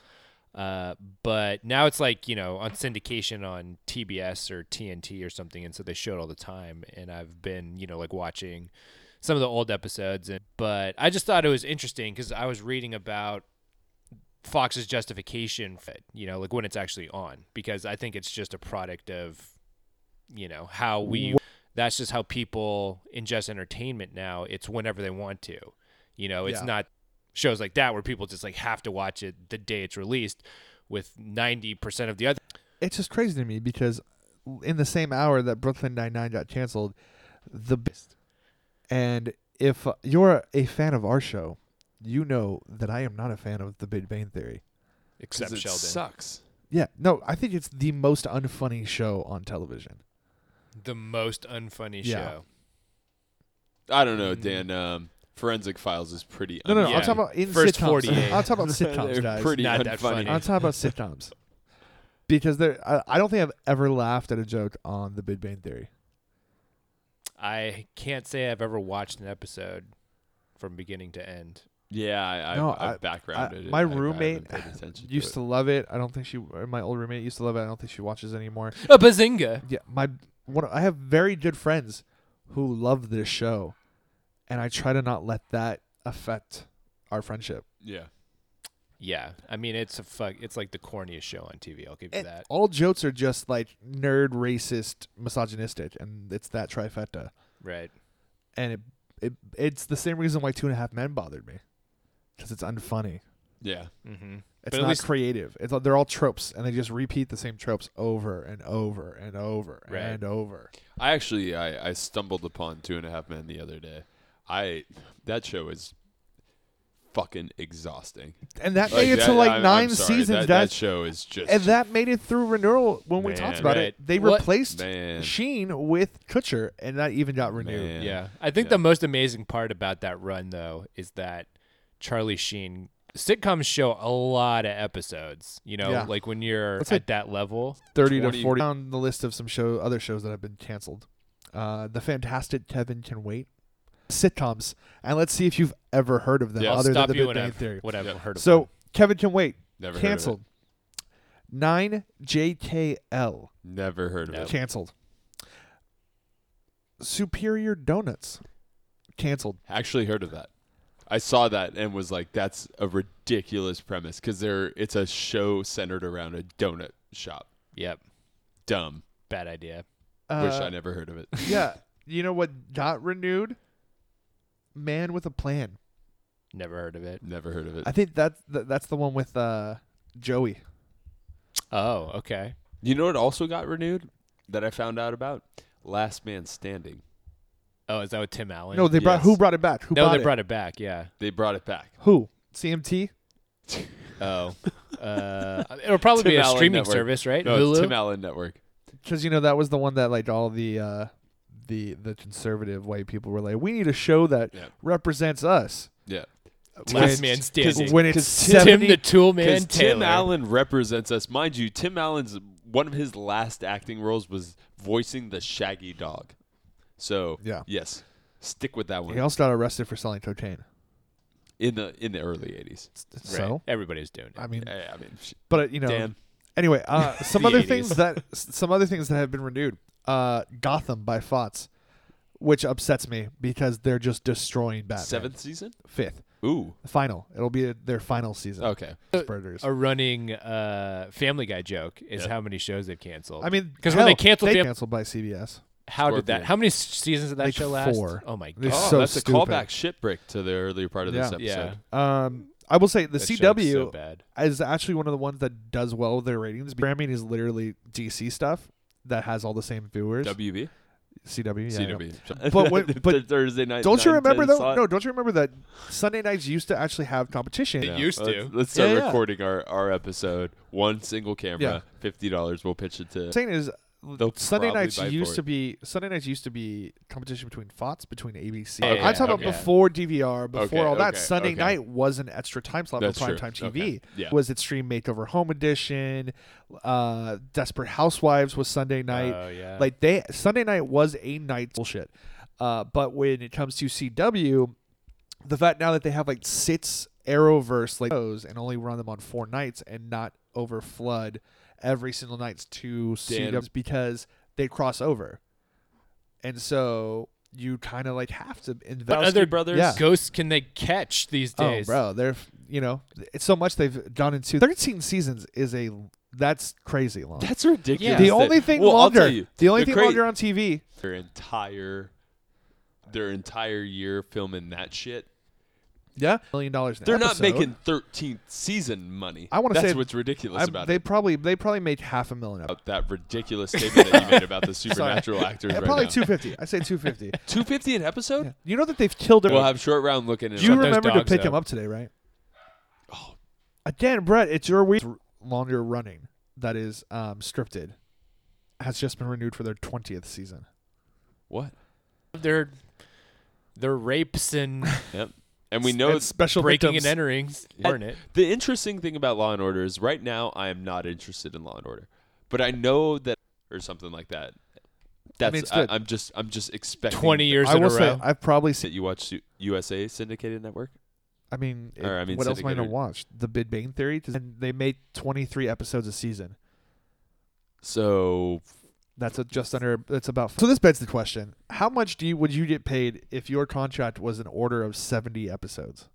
Uh, but now it's like you know on syndication on TBS or TNT or something, and so they show it all the time. And I've been you know like watching some of the old episodes, and but I just thought it was interesting because I was reading about Fox's justification for it, you know, like when it's actually on, because I think it's just a product of, you know, how we, that's just how people ingest entertainment now. It's whenever they want to, you know, it's Yeah. not shows like that where people just like have to watch it the day it's released with 90% of the other It's just crazy to me because in the same hour that Brooklyn Nine Nine got canceled, the best. And if uh, you're a fan of our show, you know that I am not a fan of The Big Bang Theory. except it Sheldon. sucks. Yeah, no, I think it's the most unfunny show on television. The most unfunny Yeah. show. I don't know, Mm. Dan. Um, Forensic Files is pretty. Mm-hmm. No, no, no Yeah. I'm unfunny. talking about in First sitcoms. 48. I'm talking about They're sitcoms, guys. pretty Not unfunny. that funny. I'm talking about sitcoms because there. I, I don't think I've ever laughed at a joke on The Big Bang Theory. I can't say I've ever watched an episode from beginning to end. Yeah, I, I, No, I, I- backgrounded I- it. my I- I haven't roommate paid attention Used to. to love it. I don't think she. Or my old roommate used to love it. I don't think she watches anymore. A bazinga. Yeah, my one. I have very good friends who love this show, and I try to not let that affect our friendship. it. Yeah. Yeah. I mean, it's a fuck. It's like the corniest show on TV. I'll give you And that. all jokes are just like nerd, racist, misogynistic, and it's that trifecta. Right. And it, it it's the same reason why Two and a Half Men bothered me, because it's unfunny. Yeah. Mm-hmm. It's But at not least- creative. It's all- they're all tropes, and they just repeat the same tropes over and over and over Right. and over. I actually I, I stumbled upon Two and a Half Men the other day. I that show is fucking exhausting. And that Like, made it that- to like I- I'm 9 sorry, seasons, That, that guys. show is just and that made it through renewal when we Man, talked about right. it. They What- replaced man. Sheen with Kutcher, and that even got renewed. Man. Yeah. I think Yeah. the most amazing part about that run, though, is that Charlie Sheen sitcoms show a lot of episodes. You know, Yeah. like when you're Let's say- at that level. 30 20. to 40 on the list of some show other shows that have been canceled. Uh, the Fantastic Kevin Can Wait sitcoms, and let's see if you've ever heard of them Yeah, I'll other than Stop The you Big when Bang I've, Theory. what I've Yep. heard of. So Kevin Can Wait never canceled. Nine JKL Heard of it. Never heard of No. it. canceled. Superior Donuts canceled. Actually heard of that. I saw that and was like, that's a ridiculous premise because there it's a show centered around a donut shop. yep. Dumb. Bad idea. Wish Uh, I never heard of it. yeah, you know what got renewed? Man with a Plan. Never heard of it. never heard of it. I think that, that that's the one with uh, Joey. Oh, okay. You know what also got renewed that I found out about? Last Man Standing. Oh, is that with Tim Allen? No, they brought Yes. who brought it back? Who no, bought they it? brought it back. Yeah. They brought it back. who? CMT. Oh, uh, it'll probably Tim be a Allen streaming Network. service, right? No, Hulu. it's Tim Allen Network. Because you know that was the one that like all the uh, the the conservative white people were like, we need a show that Yeah. represents us. Yeah. Last When- man standing. When it's 70, Tim the Tool Man Because Taylor. Tim Allen represents us. Mind you, Tim Allen's one of his last acting roles was voicing the Shaggy Dog. So Yeah. yes, stick with that one he also got arrested for selling cocaine. in the in the early '80s. Right. So everybody's doing it. I mean, I, I mean, sh- but you know, Dan, anyway, uh, some The other 80s. things that s- some other things that have been renewed. Uh, Gotham by Fox, which upsets me because they're just destroying Batman. seventh season. fifth, Ooh, final. It'll be their final season. okay. of Asperger's. a running uh, Family Guy joke is Yeah. how many shows they've canceled. I mean, 'Cause when they hell, canceled they Fam- canceled by CBS. how did that? Scorpion. How many s- seasons did that Like show last? four. Oh my This- god! oh, so that's stupid. a callback shit break to the earlier part of this episode. Yeah. Yeah, Um, I will say the that show's CW so bad. is actually one of the ones that does well with their ratings. Programming is literally DC stuff that has all the same viewers. WB, CW, yeah. I know. CW. But when- but Thursday night. Don't you 9, remember 10 though? slot? No, don't you remember that Sunday nights used to actually have competition? They used let's, to. Let's start Yeah, yeah. recording our, our episode. One single camera, Yeah. fifty dollars. We'll pitch it to. I'm saying is They'll Sunday probably nights buy used for to it. be Sunday nights used to be competition between Fox between ABC. Okay, I'm talking okay. about before DVR, before Okay, all that. okay, Sunday okay. night was an extra time slot That's for true. primetime TV. Okay, yeah. Was it Stream Makeover Home Edition? Uh, Desperate Housewives was Sunday night. Oh yeah. Like they Sunday night was a night bullshit. Uh, but when it comes to CW, the fact now that they have like six Arrowverse like shows and only run them on four nights and not over flood every single night's two Dan. CWs because they cross over, and so you kind of like have to invest. what other Brothers? Yeah. ghosts can they catch these Oh, days? bro, they're you know it's so much they've done in two. Thirteen seasons is a that's crazy long. That's ridiculous. the that- only thing well, I'll longer, tell you, the only they're thing cra- longer on TV Their entire, their entire year filming that shit, Yeah, million dollars. an They're not episode. making 13th season money. I wanna That's say- what's ridiculous I- about they it. probably they probably made half a million. Up. About that ridiculous statement that you made about the Sorry. supernatural actors Yeah, right probably now. two fifty. I say two fifty. 250 an episode? yeah. You know that they've killed it. We'll have short round looking at you it. those remember to dogs pick up. him up today, right? Oh, Dan Brett, it's your week longer running that is um, scripted has just been renewed for their twentieth season. what? They're they're rapes and Yep. And we know And special breaking victims. and entering aren't it? the interesting thing about Law and Order is right now I am not interested in Law and Order, but I know that or something like that. That's it's I, good. am just I'm just expecting 20 that- years I in a will say row. I've probably seen. that you watch U- USA syndicated network. I mean, it- Or, I mean, what else am I gonna syndicated. watch? The Big Bang Theory, and they made twenty three episodes a season. So That's a, just under. That's about. So this begs the question: How much do you would you get paid if your contract was an order of seventy episodes?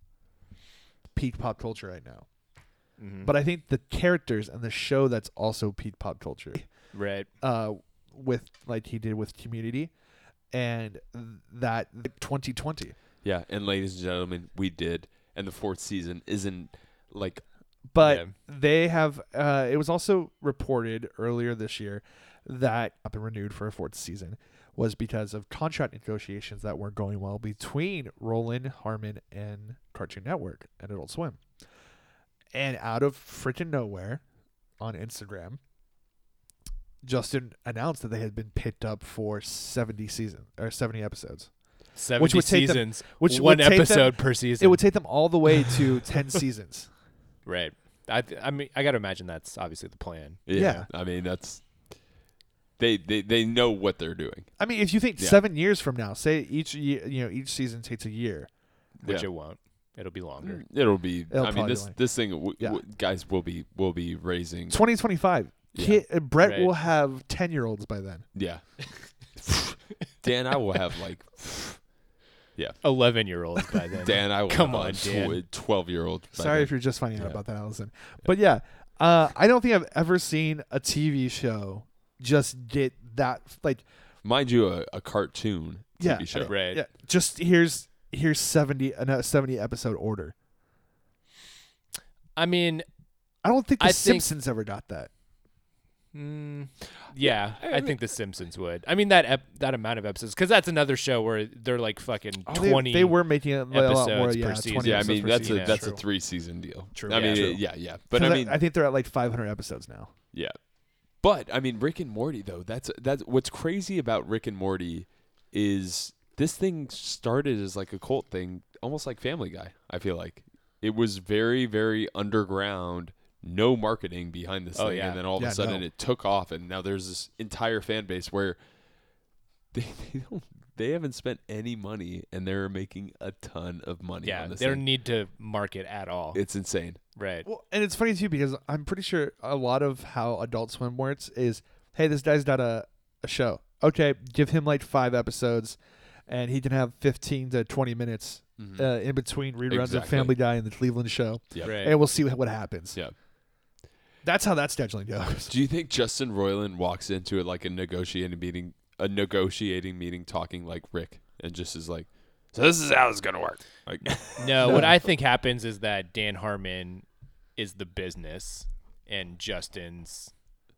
Peak pop culture right now, Mm-hmm. Mm. but I think the characters and the show that's also peak pop culture. right. Uh, with like he did with Community, and that 2020. yeah, and ladies and gentlemen, we did, and the fourth season isn't like But Yeah. they have. Uh, it was also reported earlier this year that up and renewed for a fourth season was because of contract negotiations that weren't going well between Roland Harmon and Cartoon Network and Adult Swim. And out of freaking nowhere, on Instagram, Justin announced that they had been picked up for seventy season or seventy episodes. 70 would take them- seasons, which one would take them- episode per season. It would take them all the way to ten seasons. right. I, th- I mean, I got to imagine that's obviously the plan. yeah. Yeah. I mean that's they they they know what they're doing. I mean, if you think Yeah. seven years from now, say each year, you know, each season takes a year. which Yeah. it won't. It'll be longer. It'll be. Mm. It'll I mean, probably this like- this thing, w- Yeah. w- guys, will be will be raising. 2025. Yeah. Kid, uh, Brett Right. will have 10 year olds by then. Yeah. Dan, I will have like. Eleven year olds by then. Dan, I will Come have on, Dan. Twelve year old. Sorry if you're just finding out Yeah. about that, Allison. But yeah, uh, I don't think I've ever seen a TV show just get that like mind you, a, a cartoon TV Yeah, I show. know. Right. yeah. Just here's here's 70 an- a 70 episode order. I mean, I don't think The I think- Simpsons ever got that. mm, yeah, I- I, think The Simpsons would. I mean that ep- that amount of episodes because that's another show where they're like fucking Oh, they- twenty. They, were making it a lot more. episodes per Yeah, 20 season. Yeah, I episodes mean per that's a season. that's True. a three season deal. True. I Yeah, mean, true. yeah, yeah. But 'Cause I mean, I think they're at like 500 episodes now. yeah. But I mean, Rick and Morty though. That's that's what's crazy about Rick and Morty is this thing started as like a cult thing, almost like Family Guy. I feel like it was very very underground, no marketing behind this Oh, thing, yeah. and then all of Yeah, a sudden no. it took off, and now there's this entire fan base where they, they don't they haven't spent any money and they're making a ton of money. yeah, on this they don't thing. need to market at all. Right. it's insane. Well, and it's funny too because I'm pretty sure a lot of how Adult Swim works is, hey, this guy's got a, a show. Okay, give him like five episodes, and he can have 15 to 20 minutes uh, in between reruns of Mm-hmm. Exactly. Family Guy and the Cleveland Show, Yeah. Right. and we'll see what happens. Yeah. That's how that scheduling goes. Do you think Justin Roiland walks into it like a negotiating meeting, a negotiating meeting, talking like Rick, and just is like, "So this is how it's gonna work." Like, No, what I think happens is that Dan Harmon is the business and Justin's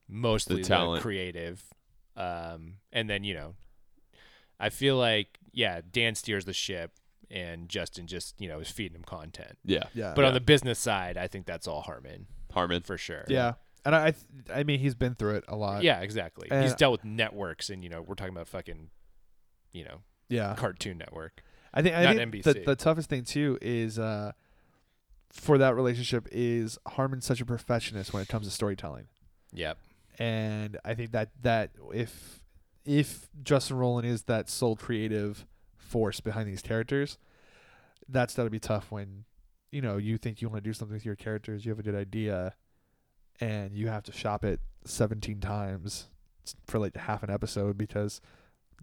mostly The the, talent. creative. Um, and then, you know, I feel like, yeah, Dan steers the ship and Justin just, you know, is feeding him content. yeah, Yeah. But on the business side, I think that's all Harmon Harmon. for sure. yeah. And I, I, th- I mean, he's been through it a lot. Yeah, exactly. And- He's dealt with networks and, you know, we're talking about fucking, you know, Yeah. Cartoon Network. I think, I Not think the, NBC. the toughest thing too is uh, for that relationship is Harmon's such a perfectionist when it comes to storytelling. Yep. and I think that that if if Justin Roland is that sole creative force behind these characters, that's gotta be tough when you know you think you want to do something with your characters, you have a good idea, and you have to shop it seventeen times s- for like half an episode because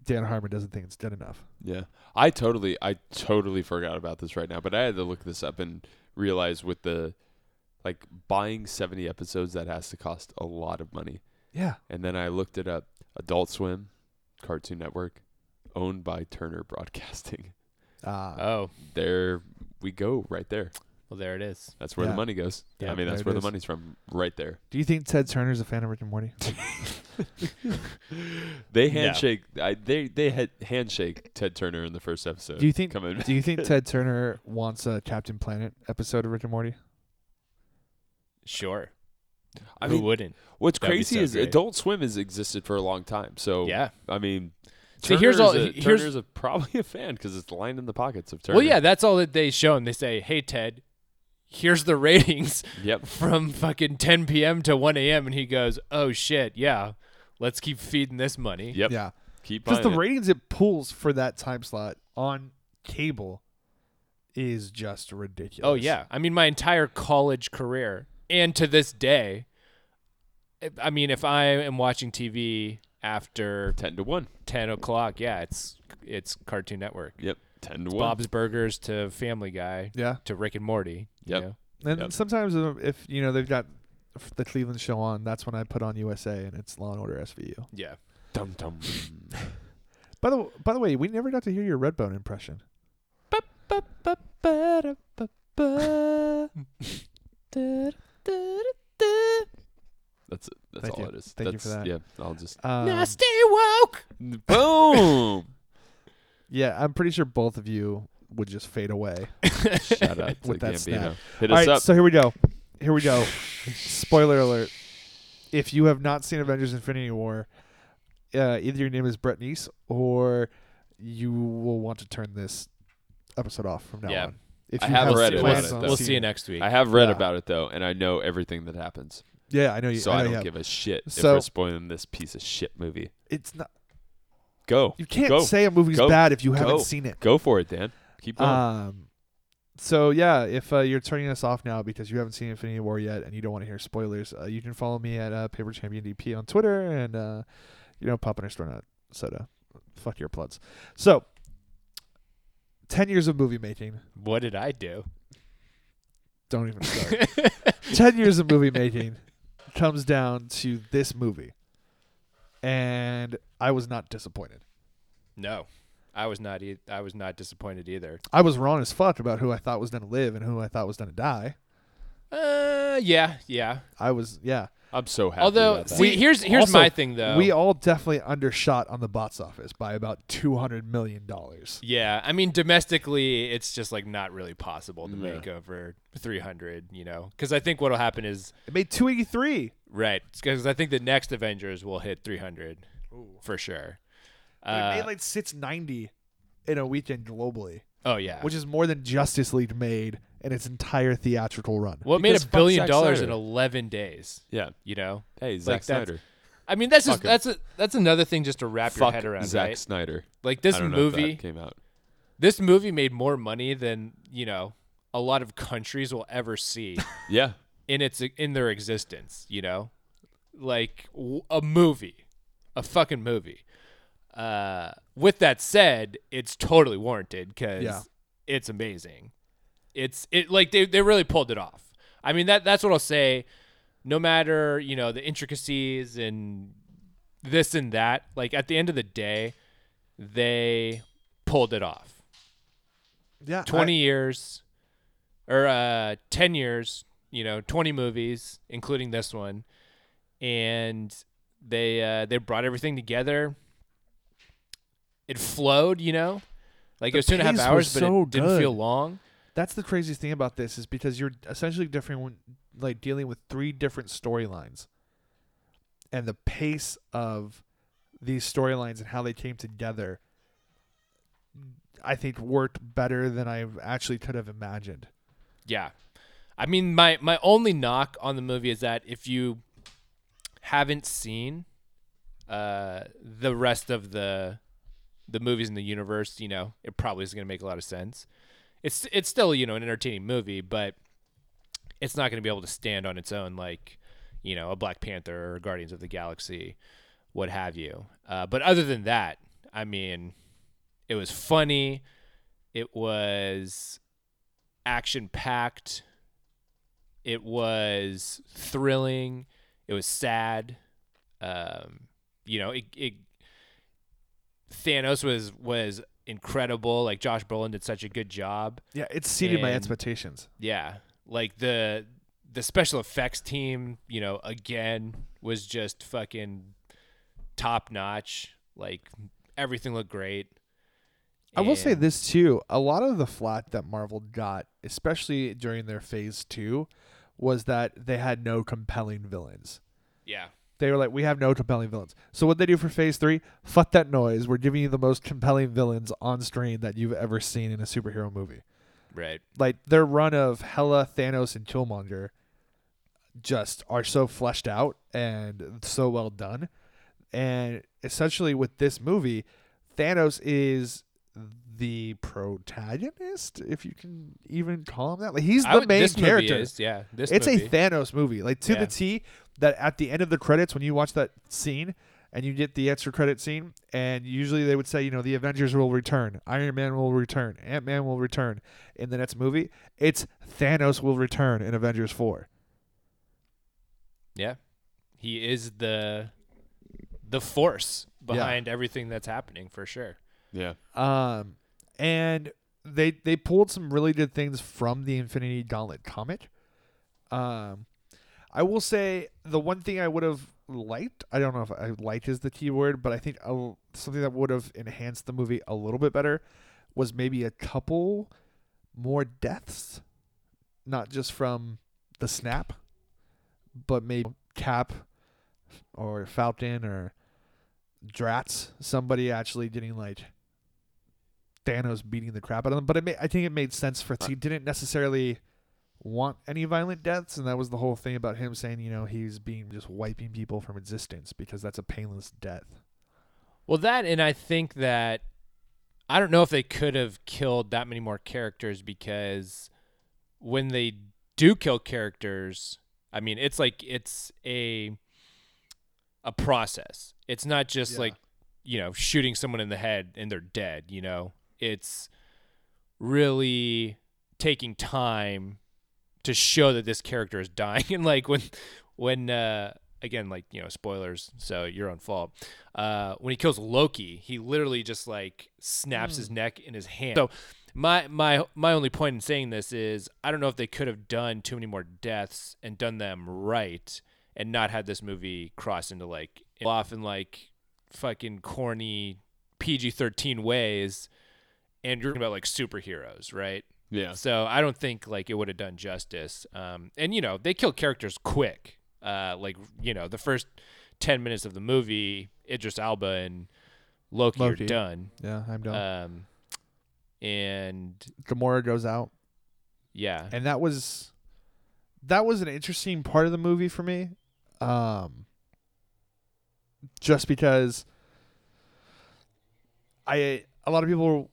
Dan Harmon doesn't think it's good enough. Yeah, I totally, I totally forgot about this right now, but I had to look this up and realize with the like buying seventy episodes that has to cost a lot of money, Yeah, and then I looked it up. Adult Swim, Cartoon Network, owned by Turner Broadcasting. uh, Oh, They're we go right there. Well, there it is. That's where Yeah. the money goes. Yeah, I mean, that's there it where is. the money's from, right there. Do you think Ted Turner's a fan of Rick and Morty? They No. handshake. I, they they had handshake Ted Turner in the first episode. Do you think? Coming. Do you think Ted Turner wants a Captain Planet episode of Rick and Morty? Sure. I Who mean, wouldn't? what's that'd be crazy so is great. Adult Swim has existed for a long time. So Yeah. I mean, So here's Turner's all- a, here's- Turner's a, probably a fan because it's lined in the pockets of Turner. Well, yeah, that's all that they show him. They say, "Hey, Ted, here's the ratings Yep. from fucking 10 p.m. to 1 a.m." And he goes, "Oh shit, yeah, let's keep feeding this money." Yep. Yeah, Keep because buying the it. ratings it pulls for that time slot on cable is just ridiculous. Oh yeah, I mean my entire college career and to this day. I- I mean, if I am watching TV after ten to one. 10 o'clock, yeah, it's it's Cartoon Network, Yep. Ten to one. Bob's Burgers to Family Guy yeah. to Rick and Morty. you Yep. know? And Yep. sometimes uh, if you know they've got f- the Cleveland show on, that's when I put on USA and it's Law and Order SVU. yeah. Dum dum. By the by the way, we never got to hear your Redbone impression. That's it. That's Thank all you. it is. Thank you That's, for that. Yeah. I'll just Um, now stay woke. boom. Yeah, I'm pretty sure both of you would just fade away. Shout out to With that Gambino. snap. Hit All us right, up. so here we go. Here we go. Spoiler alert. If you have not seen Avengers Infinity War, uh, either your name is Brett Neese or you will want to turn this episode off from now Yeah. on. If I you have have read it. plans We'll on see- We'll I've see you next week. I have read Yeah. about it though, and I know everything that happens, Yeah, I know you. so I, know I you don't have. give a shit So- if we're spoiling this piece of shit movie. It's not. Go, You can't Go. say a movie's Go. bad if you haven't Go. seen it. go for it, Dan. Keep going. Um, so yeah, if uh, you're turning us off now because you haven't seen Infinity War yet and you don't want to hear spoilers, uh, you can follow me at uh, Paper Champion DP on Twitter and uh, you know Pop in a Store Nut Soda. Fuck your plugs. So, ten years of movie making. what did I do? Don't even start. ten years of movie making comes down to this movie, and I was not disappointed. No, I was not. E- I was not disappointed either. I was wrong as fuck about who I thought was gonna live and who I thought was gonna die. Uh, yeah, yeah. I was yeah. I'm so happy. Although, about that. see, here's here's also, my thing though. We all definitely undershot on the box office by about two hundred million dollars. yeah, I mean, domestically, it's just like not really possible to Yeah. make over 300. You know, because I think what'll happen is It made two eighty three. right. Because I think the next Avengers will hit 300 for sure. it Uh, made like six ninety in a weekend globally, oh yeah. which is more than Justice League made in its entire theatrical run. well, it made because a fuck billion Zack dollars in Snyder. 11 days. yeah. You know. Hey, Zack Like, that's- Snyder. I mean, that's just, Fuck him. that's a, that's another thing just to wrap your Fuck head around, Zack right? Snyder. Like this I don't know if movie, that came out. this movie made more money than you know a lot of countries will ever see Yeah, in its in their existence. You know, like w- a movie, a fucking movie. Uh, with that said, it's totally warranted because Yeah. it's amazing. It's it like they they really pulled it off. I mean that that's what I'll say. No matter you know the intricacies and this and that, like at the end of the day, they pulled it off. yeah, 20 years or uh 10 years you know 20 movies including this one and they uh they brought everything together it flowed you know like The it was two and a half pace hours was but so it didn't feel good. long That's the craziest thing about this is because you're essentially different, like dealing with three different storylines, and the pace of these storylines and how they came together, I think worked better than I actually could have imagined. yeah i mean my my only knock on the movie is that if you haven't seen uh the rest of the the movies in the universe you know it probably isn't going to make a lot of sense it's it's still you know an entertaining movie but it's not going to be able to stand on its own like you know a black panther or guardians of the galaxy what have you uh, but other than that i mean it was funny it was action packed. It was thrilling. It was sad. Um, you know, it, it Thanos was was incredible. Like Josh Brolin did such a good job. Yeah, it exceeded my And- expectations. Yeah. Like the the special effects team, you know, again was just fucking top notch. Like everything looked great. I will say And- this too: a lot of the flat that Marvel got, especially during their Phase Two, was that they had no compelling villains. Yeah. They were like, we have no compelling villains. So what they do for Phase Three? Fuck that noise. We're giving you the most compelling villains on screen that you've ever seen in a superhero movie. Right. like their run of Hela, Thanos, and Killmonger just are so fleshed out and so well done. And essentially, with this movie, Thanos is the protagonist, if you can even call him that. Like he's I the would- main this movie character. is, yeah. This it's movie. a Thanos movie, like to Yeah. the T. That at the end of the credits, when you watch that scene and you get the extra credit scene, and usually they would say, you know, the Avengers will return, Iron Man will return, Ant Man will return in the next movie. It's Thanos will return in Avengers Four. yeah. He is the the force behind everything that's happening for sure. Yeah. Um, and they they pulled some really good things from the Infinity Gauntlet comic. Um, I will say the one thing I would have liked, I don't know if I liked is the key word, but I think a, something that would have enhanced the movie a little bit better was maybe a couple more deaths, not just from the snap, but maybe Cap or Falcon or Drats, somebody actually getting like Thanos beating the crap out of them. But it ma- I think it made sense for he didn't necessarily want any violent deaths, and that was the whole thing about him saying, you know, he's being just wiping people from existence because that's a painless death. Well, that and I think that I don't know if they could have killed that many more characters because when they do kill characters, I mean, it's like it's a a process. It's not just Yeah. like, you know, shooting someone in the head and they're dead, you know. It's really taking time to show that this character is dying and like when when uh again like you know spoilers so your own fault uh when he kills loki he literally just like snaps his neck in his hand so my my my only point in saying this is i don't know if they could have done too many more deaths and done them right and not had this movie cross into like off in like fucking corny pg-13 ways and you're talking about like superheroes right Yeah. so I don't think like it would have done justice. Um, and you know they kill characters quick. Uh, like you know the first ten minutes of the movie, Idris Alba and Loki, Loki. are done. Yeah, I'm done. Um, and Gamora goes out, yeah, and that was that was an interesting part of the movie for me, um, just because I a lot of people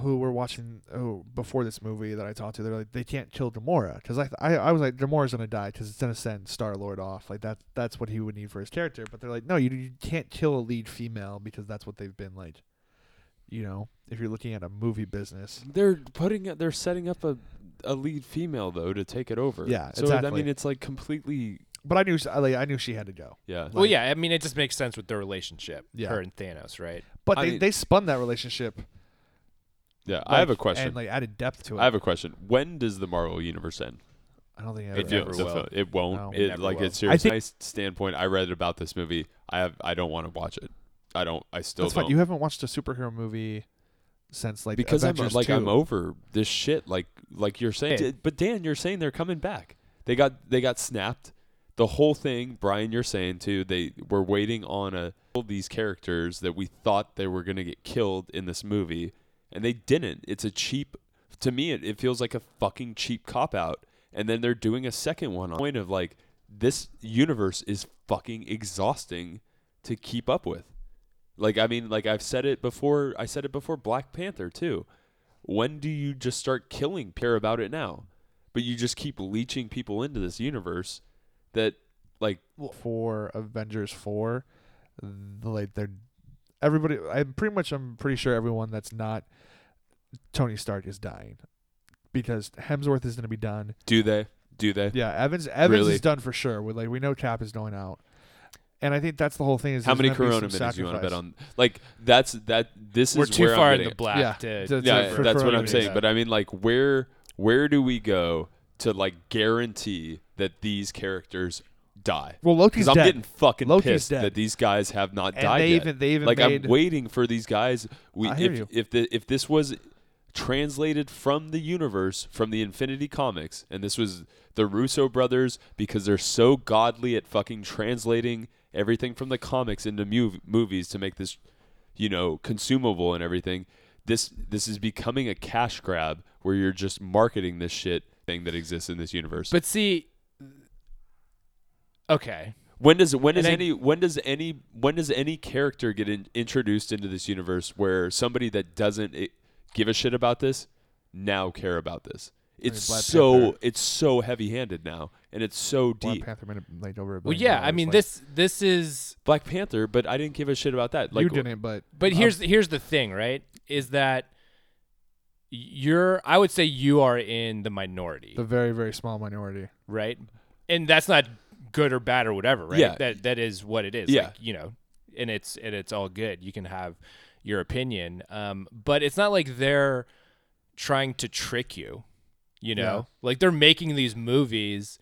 who were watching who before this movie that I talked to, they're like they can't kill Gamora because I, I I was like Gamora's gonna die because it's gonna send Star Lord off like that that's what he would need for his character, but they're like no you, you can't kill a lead female because that's what they've been like, you know if you're looking at a movie business They're putting it- they're setting up a a lead female though to take it over. Yeah, So I exactly. mean it's like completely But I knew I, like, I knew she had to go. yeah. well yeah. I mean it just makes sense with their relationship, Yeah. her and Thanos, right? But I they, mean- they spun that relationship. yeah, I have a like, question. And like added depth to it. I have a question. When does the Marvel universe end? I don't think it It do- ever. did. never It's a will. film. It won't. No. It, It never like will. it's serious. think- my standpoint. I read about this movie. I have. I don't want to watch it. I don't. I still That's don't. fine. You haven't watched a superhero movie since like because I'm Avengers like 2. I'm over this shit. Like like you're saying. Hey. But Dan, you're saying they're coming back. They got they got snapped. The whole thing, Brian, you're saying too. They were waiting on a all these characters that we thought they were gonna get killed in this movie, and they didn't. It's a cheap. To me, it, it feels like a fucking cheap cop out. And then they're doing a second one on point of like this universe is fucking exhausting to keep up with. Like I mean, like I've said it before. I said it before Black Panther too. When do you just start killing? Care about it now, but you just keep leeching people into this universe that like for Avengers four. th- Like they're everybody. I'm pretty much. I'm pretty sure everyone that's not Tony Stark is dying because Hemsworth is going to be done. do they do they? Yeah, Evans. Evans Really? is done for sure. We like we know Cap is going out. And I think that's the whole thing. Is How there's many gonna be some Corona minutes you want to bet sacrifice. on? Like that's that. This We're is too where far I'm in the getting- black Yeah, to. that's- Yeah, for that's what Corona I'm saying. minutes. But I mean, like, where where do we go to like guarantee that these characters die? Well, Loki's Because I'm dead. getting fucking Loki's pissed dead. that these guys have not And died they yet. even- they even like made- I'm waiting for these guys. We I if hear you. if the if this was translated from the universe from the Infinity Comics, and this was the Russo brothers because they're so godly at fucking translating everything from the comics into mov- movies to make this you know consumable and everything. This this is becoming a cash grab where you're just marketing this shit thing that exists in this universe. But see, okay, When does when does And I- any when does any when does any character get in, introduced into this universe where somebody that doesn't i give a shit about this now care about this? It's Black so Panther. it's so heavy handed now, and it's so Black deep. Black, Panther minute laid over. A well, billion yeah. I dollars, mean, like, this this is Panther, but I didn't give a shit about that. Like you didn't, but But Um, I'm- here's here's the thing, right? Is that you're I would say you are in the minority, the very very small minority. right? And that's not good or bad or whatever, right? Yeah. That that is what it is. Yeah. Like, you know, and it's and it's all good. You can have your opinion. Um, but it's not like they're trying to trick you, you know? Yeah. Like they're making these movies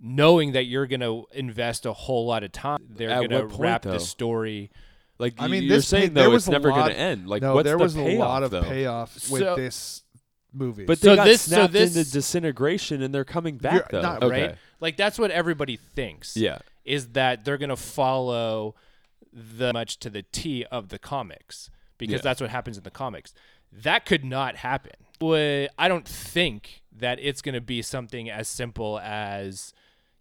knowing that you're gonna invest a whole lot of time. They're At gonna what point, wrap though? the story. Like I mean, you're this pay- saying there though, was it's a never lot- gonna end. Like no, what's there the was a lot payoff, of though? payoff with So- this movie. But they So got this- so snapped this- into disintegration, and they're coming back You're though. not okay. right? Like that's what everybody thinks. Yeah. is that they're gonna follow the much to the T of the comics because Yeah. that's what happens in the comics. That could not happen. Wa- I don't think that it's gonna be something as simple as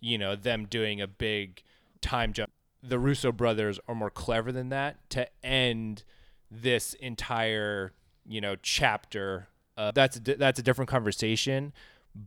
you know them doing a big time jump. The Russo brothers are more clever than that to end this entire you know chapter. Uh, that's a di- that's a different conversation,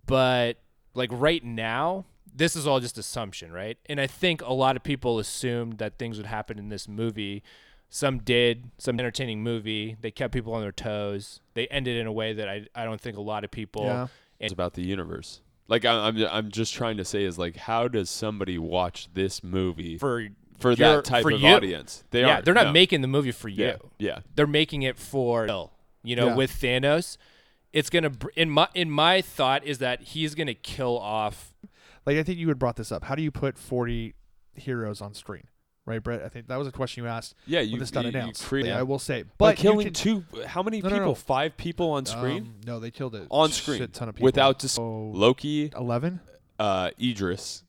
but like right now, this is all just assumption, right? And I think a lot of people assumed that things would happen in this movie. Some did, some entertaining movie. They kept people on their toes. They ended in a way that I, I don't think a lot of people. Yeah. It's about the universe. Like I, I'm, I'm just trying to say is like, how does somebody watch this movie for for your- that type for of you. audience? They yeah, aren't, they're not no. making the movie for you. Yeah, yeah. they're making it for Bill. You know, Yeah. with Thanos, it's gonna br- in my in my thought is that he's gonna kill off. like I think you had brought this up. How do you put 40 heroes on screen? Right, Brett. I think that was a question you asked. Yeah, you- when this got you- you announced. create- Yeah, I will say, but By you killing can- two, how many No, no, people? no. Five people on screen. Um, no, they killed it on screen, Shit ton of people. without dis- Oh, Loki, 11 uh, Idris,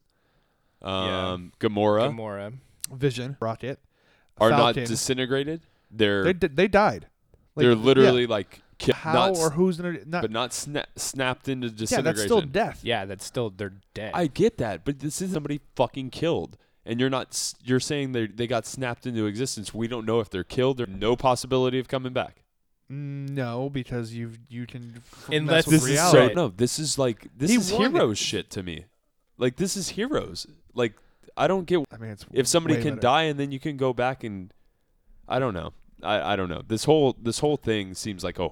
um, Gamora Gamora. Vision Rocket are Falcon. not disintegrated. They're They they, di- they died. Like, are yeah, literally like ki- how not, s- or who's gonna not? but not sna- snapped into yeah, disintegration. that's still death. Yeah, that's still they're dead. I get that, but this is somebody fucking killed, and you're not. s- You're saying they they got snapped into existence. We don't know if they're killed. There's no possibility of coming back. Mm, No, because you you can f- Unless- mess with This is reality. Right. so no. This is like this He is won. heroes shit to me. Like this is heroes. Like I don't get I mean, it's if somebody way can better. die and then you can go back and I don't know. I, I don't know. This whole this whole thing seems like a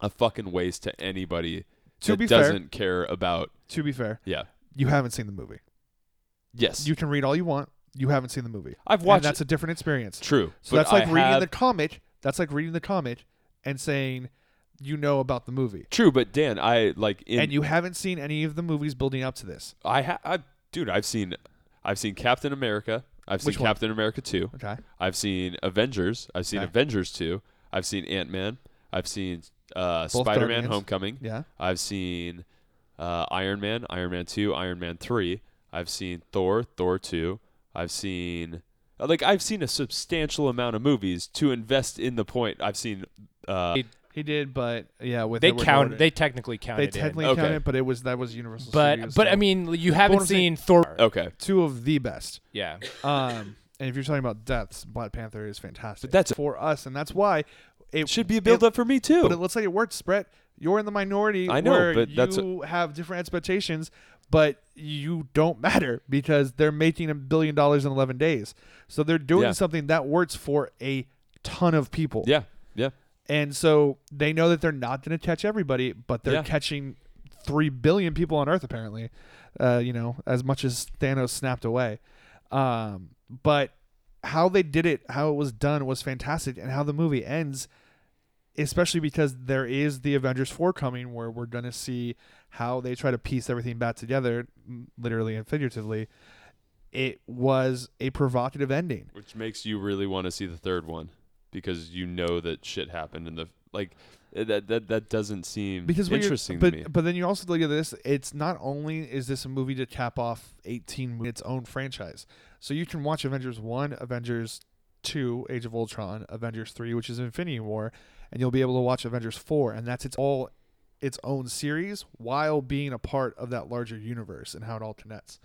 a fucking waste to anybody To that be fair- doesn't care about To be fair, yeah. you haven't seen the movie. Yes. You can read all you want. You haven't seen the movie. I've And watched That's it. a different experience. True. So but that's like I reading have- the comic. That's like reading the comic and saying you know about the movie, True, but Dan, I like in and you haven't seen any of the movies building up to this. I ha- I dude, I've seen I've seen Captain America. I've seen Which one? Captain America 2. Okay, I've seen Avengers. I've seen Okay. Avengers 2. I've seen Ant-Man. I've seen uh, Both Spider-Man Dark Mans. Homecoming. yeah, I've seen uh, Iron Man, Iron Man 2, Iron Man 3. I've seen Thor, Thor 2. I've seen uh, like I've seen a substantial amount of movies to invest in the point. I've seen uh, he did, but yeah, with they Edward count. Norton. They technically they counted. in. technically Okay. counted, but it was that was Universal. but Studios, but so I mean, you haven't I'm saying- seen Thor. okay. two of the best. Yeah, Um, and if you're talking about deaths, Black Panther is fantastic. But that's- for us, and that's why it Should be a build it- up for me too. But it looks like it works, Brett. You're in the minority. I know, where but that's a- you have different expectations, but you don't matter because they're making a billion dollars in 11 days. So they're doing Yeah. something that works for a ton of people. yeah. Yeah. And so they know that they're not going to catch everybody, but they're Yeah. catching 3 billion people on Earth, apparently, uh, you know, as much as Thanos snapped away. Um, but how they did it, how it was done was fantastic and how the movie ends especially because there is the Avengers 4 coming where we're going to see how they try to piece everything back together m- literally and figuratively. It was a provocative ending. which makes you really want to see the third one because you know that shit happened in the like eh, that that that doesn't seem because what you're- interesting but, to me. But then you also look at this. It's not only is this a movie to cap off 18 its own franchise, so you can watch Avengers one, Avengers two, Age of Ultron, Avengers three, which is Infinity War, and you'll be able to watch Avengers four, and that's its all its own series while being a part of that larger universe and how it all connects.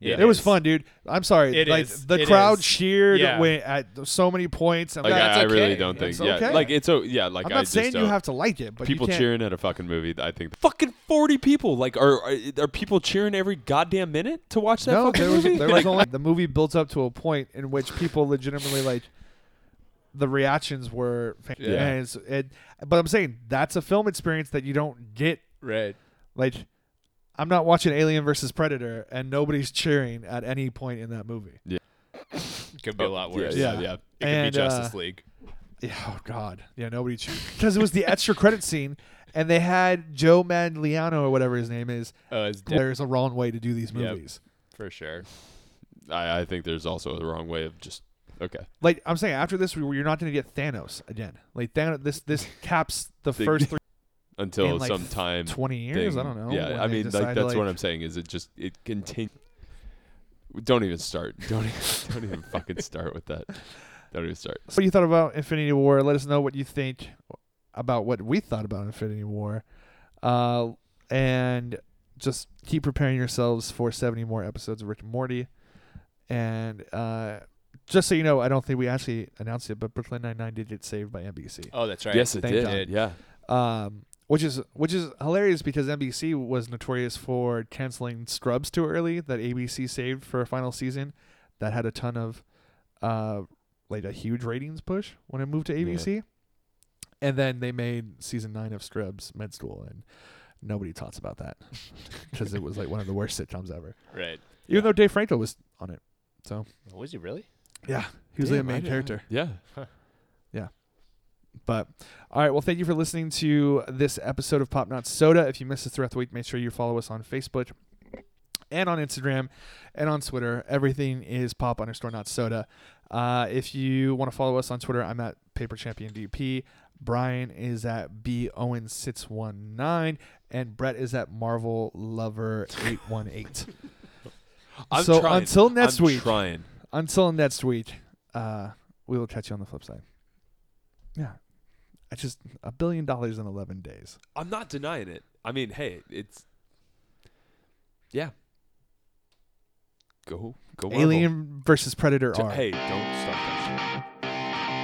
Yeah. It, was fun, dude. I'm sorry. It like is. the It crowd is. cheered Yeah. when- at so many points. I'm Like not, I, I really okay. don't think That's yeah okay. like it's oh yeah like I'm I not just saying you don't- have to like it, but you people can't- cheering at a fucking movie. I think fucking forty people. Like, are are, are people cheering every goddamn minute to watch that? no, fucking there was movie? there was Like, only the movie built up to a point in which people legitimately like the reactions were fan- Yeah. and it's- it, but I'm saying that's a film experience that you don't get Right. like I'm not watching Alien versus Predator and nobody's cheering at any point in that movie. Could be a lot worse. Yeah. Yeah, yeah. yeah. It could And, be Justice uh, League. Yeah, oh god. Yeah, nobody cheered because it was the extra credit scene and they had Joe Manganiello or whatever his name is. Oh, it's dead There's a wrong way to do these Yep. movies. for sure. I, I think there's also the wrong way of just okay. Like I'm saying, after this, we- you're not going to get Thanos again. Like Thanos, this this caps the They- first three Until in, like, some time 20 years. thing- I don't know. when Yeah, I they mean, decide like to, that's what I'm saying. Is it just it continue? Don't even start. Don't even, don't even fucking start with that. Don't even start. So what you thought about Infinity War? Let us know what you think about what we thought about Infinity War, uh, and just keep preparing yourselves for 70 more episodes of Rick and Morty. And uh, just so you know, I don't think we actually announced it, but Brooklyn Nine Nine did get saved by NBC. Oh, that's right. Yes, it Thank God. did. Yeah, um, which is which is hilarious because NBC was notorious for canceling Scrubs too early that ABC saved for a final season that had a ton of uh, like a huge ratings push when it moved to ABC, and then they made season nine of Scrubs med school and nobody talks about that because it was like one of the worst sitcoms ever. Right. Even though Dave Franco was on it, Oh, was he really? yeah, he was Damn, like a I main didn't- character. yeah. But all right, well, thank you for listening to this episode of Pop Not Soda. If you missed us throughout the week, make sure you follow us on Facebook and on Instagram and on Twitter. Everything is pop underscore not soda. Uh, if you want to follow us on Twitter, I'm at Paper Champion DP. Brian is at B Owen six one nine, and Brett is at Marvel Lover eight one eight. I'm So trying. until next I'm week, Trying. until next week, uh, we will catch you on the flip side. Yeah. I just a billion dollars in eleven days. I'm not denying it. I mean, hey, it's yeah. Go go Marvel. Alien versus Predator J- R. Hey, don't stop that shit.